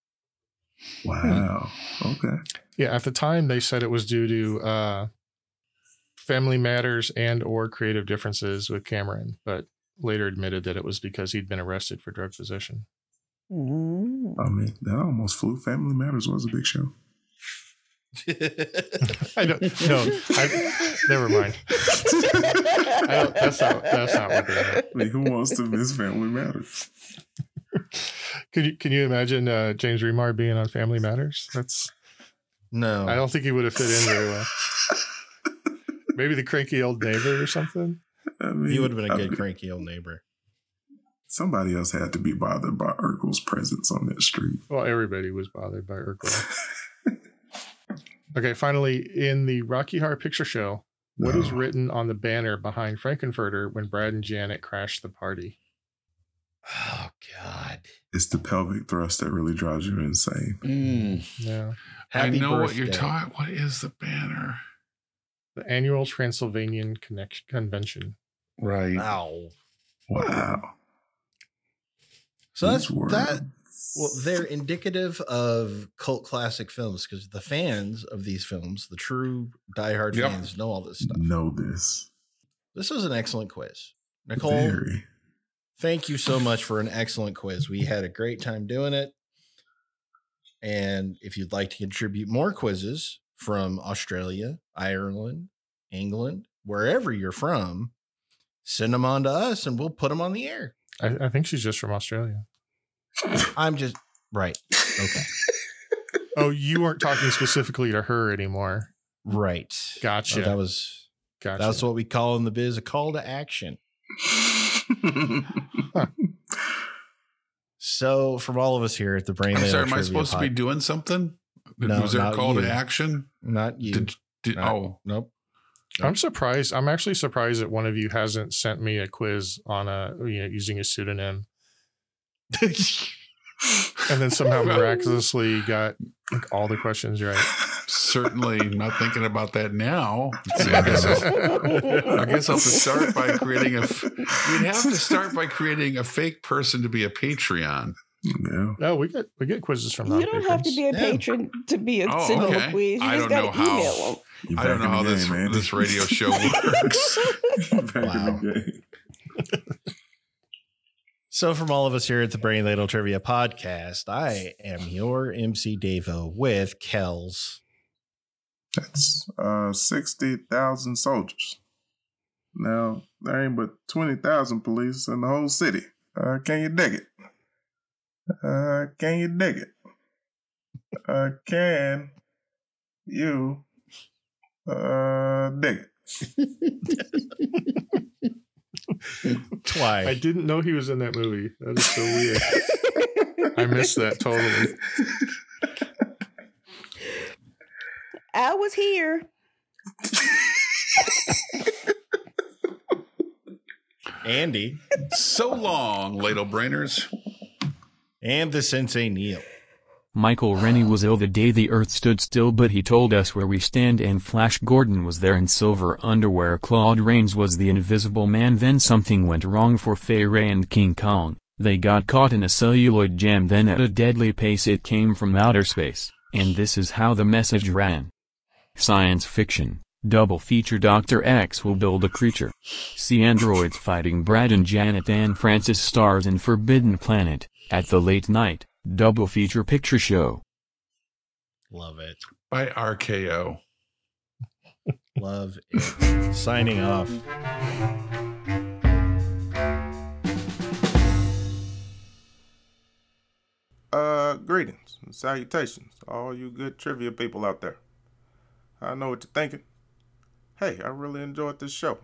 Speaker 2: Wow. Okay.
Speaker 5: Yeah, at the time they said it was due to uh, family matters and or creative differences with Cameron, but later admitted that it was because he'd been arrested for drug possession.
Speaker 3: Mm.
Speaker 2: I mean, that almost flew. Family Matters was a big show.
Speaker 5: I don't no, I, never mind.
Speaker 3: Hmm.
Speaker 5: I don't, that's not that's not what they meant.
Speaker 2: I mean, who wants to miss Family Matters?
Speaker 5: Could you can you imagine uh, James Remar being on Family Matters? That's
Speaker 1: No,
Speaker 5: I don't think he would have fit in very well. Maybe the cranky old neighbor or something.
Speaker 2: I mean,
Speaker 1: he would have been
Speaker 2: I
Speaker 1: a good
Speaker 2: mean,
Speaker 1: cranky old neighbor.
Speaker 2: Somebody else had to be bothered by Urkel's presence on that street.
Speaker 5: Well, everybody was bothered by Urkel. okay, finally, in the Rocky Horror Picture Show, what is
Speaker 2: No.
Speaker 5: written on the banner behind Frankenfurter when Brad and Janet crash the party?
Speaker 1: Oh God!
Speaker 2: It's the pelvic thrust that really drives you insane.
Speaker 5: No.
Speaker 4: Mm, I
Speaker 1: Happy
Speaker 4: know what you're
Speaker 1: birthday.
Speaker 4: talking. What is the banner?
Speaker 5: The annual Transylvanian Connect- Convention.
Speaker 4: Right.
Speaker 1: Ow.
Speaker 2: Wow.
Speaker 1: So that's
Speaker 2: These were-
Speaker 1: that. Well, they're indicative of cult classic films because the fans of these films, the true diehard
Speaker 4: Yep.
Speaker 1: fans, know all this stuff.
Speaker 2: Know this.
Speaker 1: This was an excellent quiz, Nicole.
Speaker 2: Very.
Speaker 1: Thank you so much for an excellent quiz. We had a great time doing it. And if you'd like to contribute more quizzes from Australia, Ireland, England, wherever you're from, send them on to us and we'll put them on the air.
Speaker 5: I, I think she's just from Australia.
Speaker 1: I'm just right. Okay.
Speaker 5: Oh, you weren't talking specifically to her anymore.
Speaker 1: Right.
Speaker 5: Gotcha.
Speaker 1: Oh, that was
Speaker 5: Gotcha.
Speaker 1: that's what we call in the biz a call to action. So from all of us here at the Brain
Speaker 4: I'm
Speaker 1: Ladle
Speaker 4: sorry. Am I
Speaker 1: Trivia
Speaker 4: supposed to be
Speaker 1: Pod-
Speaker 4: doing something?
Speaker 1: No,
Speaker 4: was there a
Speaker 1: not
Speaker 4: call
Speaker 1: you.
Speaker 4: to action?
Speaker 1: not you.
Speaker 4: Did, did,
Speaker 1: Not-
Speaker 4: oh,
Speaker 1: Nope.
Speaker 5: I'm surprised. I'm actually surprised that one of you hasn't sent me a quiz on a you know using a pseudonym, and then somehow miraculously got like, all the questions right.
Speaker 4: certainly not thinking about that now. So I, guess I'll, I guess I'll have to start by creating a. f- We'd have to start by creating a fake person to be a Patreon.
Speaker 2: Yeah.
Speaker 5: No, we get we get quizzes from
Speaker 3: You don't have to be a
Speaker 1: Yeah.
Speaker 3: patron to be a
Speaker 4: Oh,
Speaker 3: to know a
Speaker 4: okay.
Speaker 3: quiz. You
Speaker 4: I
Speaker 3: just
Speaker 4: don't know
Speaker 3: gotta
Speaker 4: how.
Speaker 3: email them.
Speaker 2: You
Speaker 4: I don't know
Speaker 2: back
Speaker 4: how
Speaker 2: in the
Speaker 4: this
Speaker 2: game, Andy.
Speaker 4: this radio show works.
Speaker 2: You back
Speaker 1: Wow.
Speaker 2: in the game.
Speaker 1: So, from all of us here at the Brain Ladle Trivia Podcast, I am your MC Davo with Kells.
Speaker 2: That's uh, 60,000 soldiers. Now, there ain't but 20,000 police in the whole city. Uh, can you dig it? Uh, can you dig it? Uh, can you uh, dig it?
Speaker 5: I
Speaker 1: Twice.
Speaker 5: didn't know he was in that movie. That is so weird. I missed that totally.
Speaker 3: I was here.
Speaker 1: Andy
Speaker 4: so long, ladle brainers.
Speaker 1: and the Sensei Neil.
Speaker 11: Michael Rennie was ill the day the earth stood still but he told us where we stand and Flash Gordon was there in silver underwear Claude Rains was the invisible man then something went wrong for Fay Ray and King Kong. They got caught in a celluloid jam then at a deadly pace it came from outer space, and this is how the message ran. Science fiction. Double feature Dr. X will build a creature. See androids fighting Brad and Janet and Francis stars in Forbidden Planet at the late night double feature picture show.
Speaker 1: Love it.
Speaker 4: By RKO.
Speaker 1: Love it. Signing off.
Speaker 2: Uh, greetings and salutations, all you good trivia people out there. I know what you're thinking. Hey, I really enjoyed this show.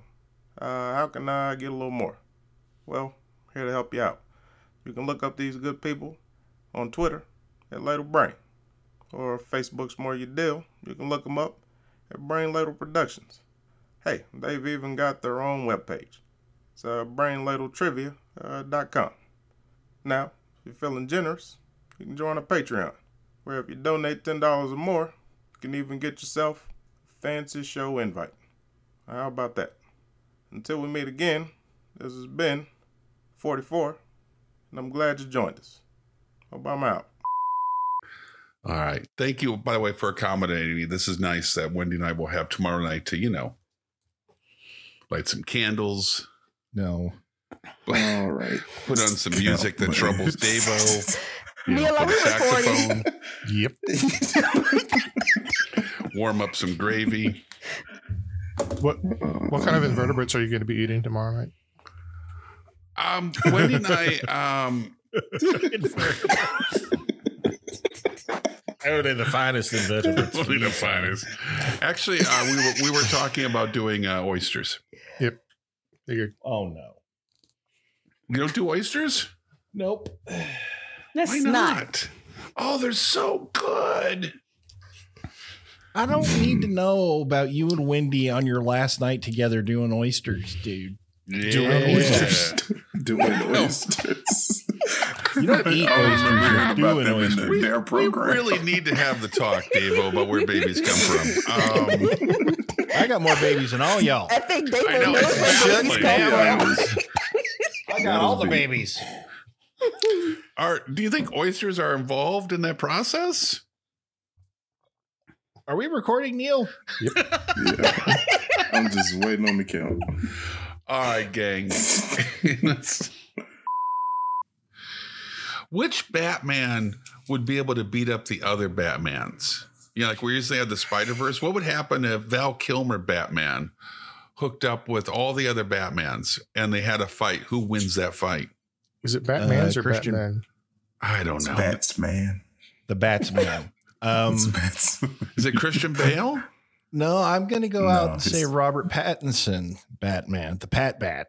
Speaker 2: Uh, how can I get a little more? Well, here to help you out. You can look up these good people on Twitter at Ladle Brain, or Facebook's More Your Deal. You can look them up at Brain Ladle Productions. Hey, they've even got their own webpage. It's uh, brainladletrivia.com. Now, if you're feeling generous, you can join a Patreon, where if you donate ten dollars or more, you can even get yourself a fancy show invite. How about that? Until we meet again, this has been 44, and I'm glad you joined us. Hope I'm out.
Speaker 4: All right. Thank you, by the way, for accommodating me. This is nice that Wendy and I will have tomorrow night to, you know, light some candles,
Speaker 1: No.
Speaker 2: All right.
Speaker 4: put on some music that troubles Davo, you know,
Speaker 3: Neil, are
Speaker 4: put a
Speaker 3: we recording?
Speaker 4: saxophone,
Speaker 5: Yep.
Speaker 4: warm up some gravy.
Speaker 5: What what kind of invertebrates are you going to be eating tomorrow night?
Speaker 4: Um, Wendy and I, um,
Speaker 1: Only the finest invertebrates.
Speaker 4: only the finest. Actually, uh, we were we were talking about doing uh, oysters.
Speaker 5: Figured.
Speaker 1: Oh, no.
Speaker 4: You don't do oysters?
Speaker 1: Nope.
Speaker 3: That's
Speaker 4: Why
Speaker 3: not.
Speaker 4: not? Oh, they're so good.
Speaker 1: I don't need to know about you and Wendy on your last night together doing oysters, dude. Doing oysters.
Speaker 2: Doing oysters.
Speaker 1: You don't eat
Speaker 5: Oh,
Speaker 1: oysters. You're doing oysters.
Speaker 4: We, we really need to have the talk, Davo, about where babies come from. Um,
Speaker 1: I got more babies than all y'all.
Speaker 3: I think they
Speaker 4: I
Speaker 3: will
Speaker 4: know
Speaker 3: know
Speaker 4: it's
Speaker 3: where
Speaker 4: baffling.
Speaker 3: babies
Speaker 4: Yeah.
Speaker 3: come from.
Speaker 1: I got all the babies.
Speaker 4: Are do you think oysters are involved in that process?
Speaker 1: Are we recording, Neil?
Speaker 2: I'm just waiting on the count.
Speaker 4: All right, gang. Which Batman would be able to beat up the other Batmans? You know, like we usually have the Spider Verse. What would happen if Val Kilmer Batman hooked up with all the other Batmans and they had a fight? Who wins that fight?
Speaker 5: Is it Batman's
Speaker 1: Uh,
Speaker 5: or
Speaker 1: Christian-
Speaker 5: Batman?
Speaker 4: I don't
Speaker 2: It's
Speaker 4: know.
Speaker 2: bats, man.
Speaker 1: The Batsman. Um,
Speaker 2: It's bats.
Speaker 4: Is it Christian Bale?
Speaker 1: no, I'm going to go
Speaker 2: No,
Speaker 1: out and say
Speaker 2: it's-
Speaker 1: Robert Pattinson, Batman, the Pat Bat.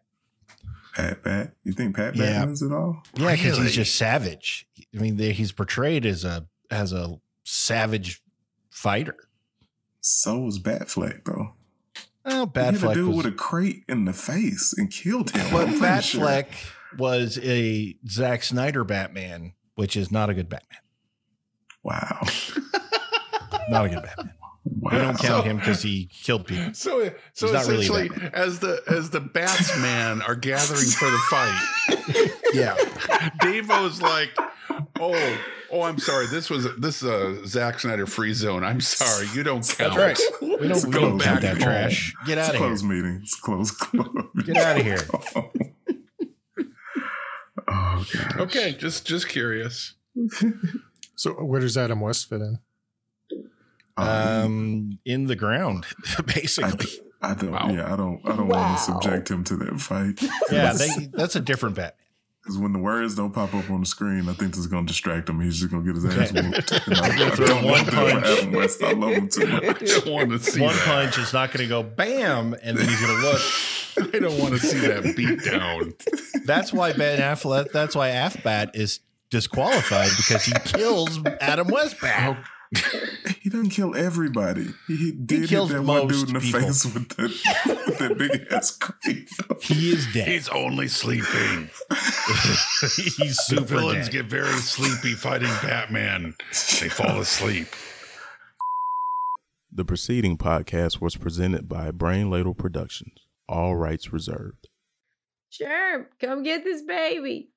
Speaker 2: Pat Bat? You think Pat
Speaker 1: Yeah.
Speaker 2: Bat wins it all?
Speaker 1: Yeah, because
Speaker 4: Really?
Speaker 1: he's just savage. I mean, they, he's portrayed as a as a savage fighter.
Speaker 2: So was Batfleck, though.
Speaker 1: Well,
Speaker 2: He hit a
Speaker 1: Batfleck
Speaker 2: dude
Speaker 1: was,
Speaker 2: with a crate in the face and killed him.
Speaker 1: but
Speaker 2: I'm pretty sure.
Speaker 1: Batfleck was a Zack Snyder Batman, which is not a good Batman.
Speaker 2: Wow.
Speaker 1: Not a good Batman. We don't count him because he killed people.
Speaker 4: So, so
Speaker 1: He's not really
Speaker 4: essentially,
Speaker 1: Batman.
Speaker 4: as the as the Batsman are gathering for the fight,
Speaker 1: yeah,
Speaker 4: Davo's like, "Oh, oh, I'm sorry. This was this is a Zack Snyder free zone. I'm sorry. You don't count.
Speaker 1: right. We don't- we don't count that
Speaker 4: home.
Speaker 1: trash. Get
Speaker 2: It's
Speaker 1: outta here.
Speaker 2: Close meeting. It's close. close.
Speaker 1: Get out of here.
Speaker 2: Oh,
Speaker 4: Okay, just just curious.
Speaker 5: So where does Adam West fit in?
Speaker 1: Um, in the ground, basically.
Speaker 2: I don't. Yeah, I don't. I don't
Speaker 1: Wow.
Speaker 2: want to subject him to that fight.
Speaker 1: Yeah, they, that's a different Batman.
Speaker 2: Because when the words don't pop up on the screen, I think this is going to distract him. He's just going to get his ass
Speaker 1: Okay.
Speaker 2: whooped. And I,
Speaker 1: You're gonna
Speaker 2: I
Speaker 1: throw
Speaker 2: don't
Speaker 1: one
Speaker 2: want that for
Speaker 1: punch.
Speaker 2: Adam West. I love him too
Speaker 4: I
Speaker 2: much.
Speaker 4: don't want to see
Speaker 1: One
Speaker 4: that.
Speaker 1: punch is not going to go bam, and then he's going to look.
Speaker 4: I don't want to see that beat down.
Speaker 1: That's why Ben Affleck. That's why Afbat is disqualified because he kills Adam Westbat.
Speaker 2: He doesn't kill everybody. He, he did hit
Speaker 1: kills
Speaker 2: that one
Speaker 1: most
Speaker 2: dude in the
Speaker 1: people.
Speaker 2: face with that, with that big ass crate.
Speaker 1: He is dead.
Speaker 4: He's only sleeping.
Speaker 1: He's
Speaker 4: The
Speaker 1: super
Speaker 4: villains
Speaker 1: dead.
Speaker 4: get very sleepy fighting Batman. They fall asleep.
Speaker 12: The preceding podcast was presented by Brain Ladle Productions, all rights reserved.
Speaker 6: Sure, come get this baby.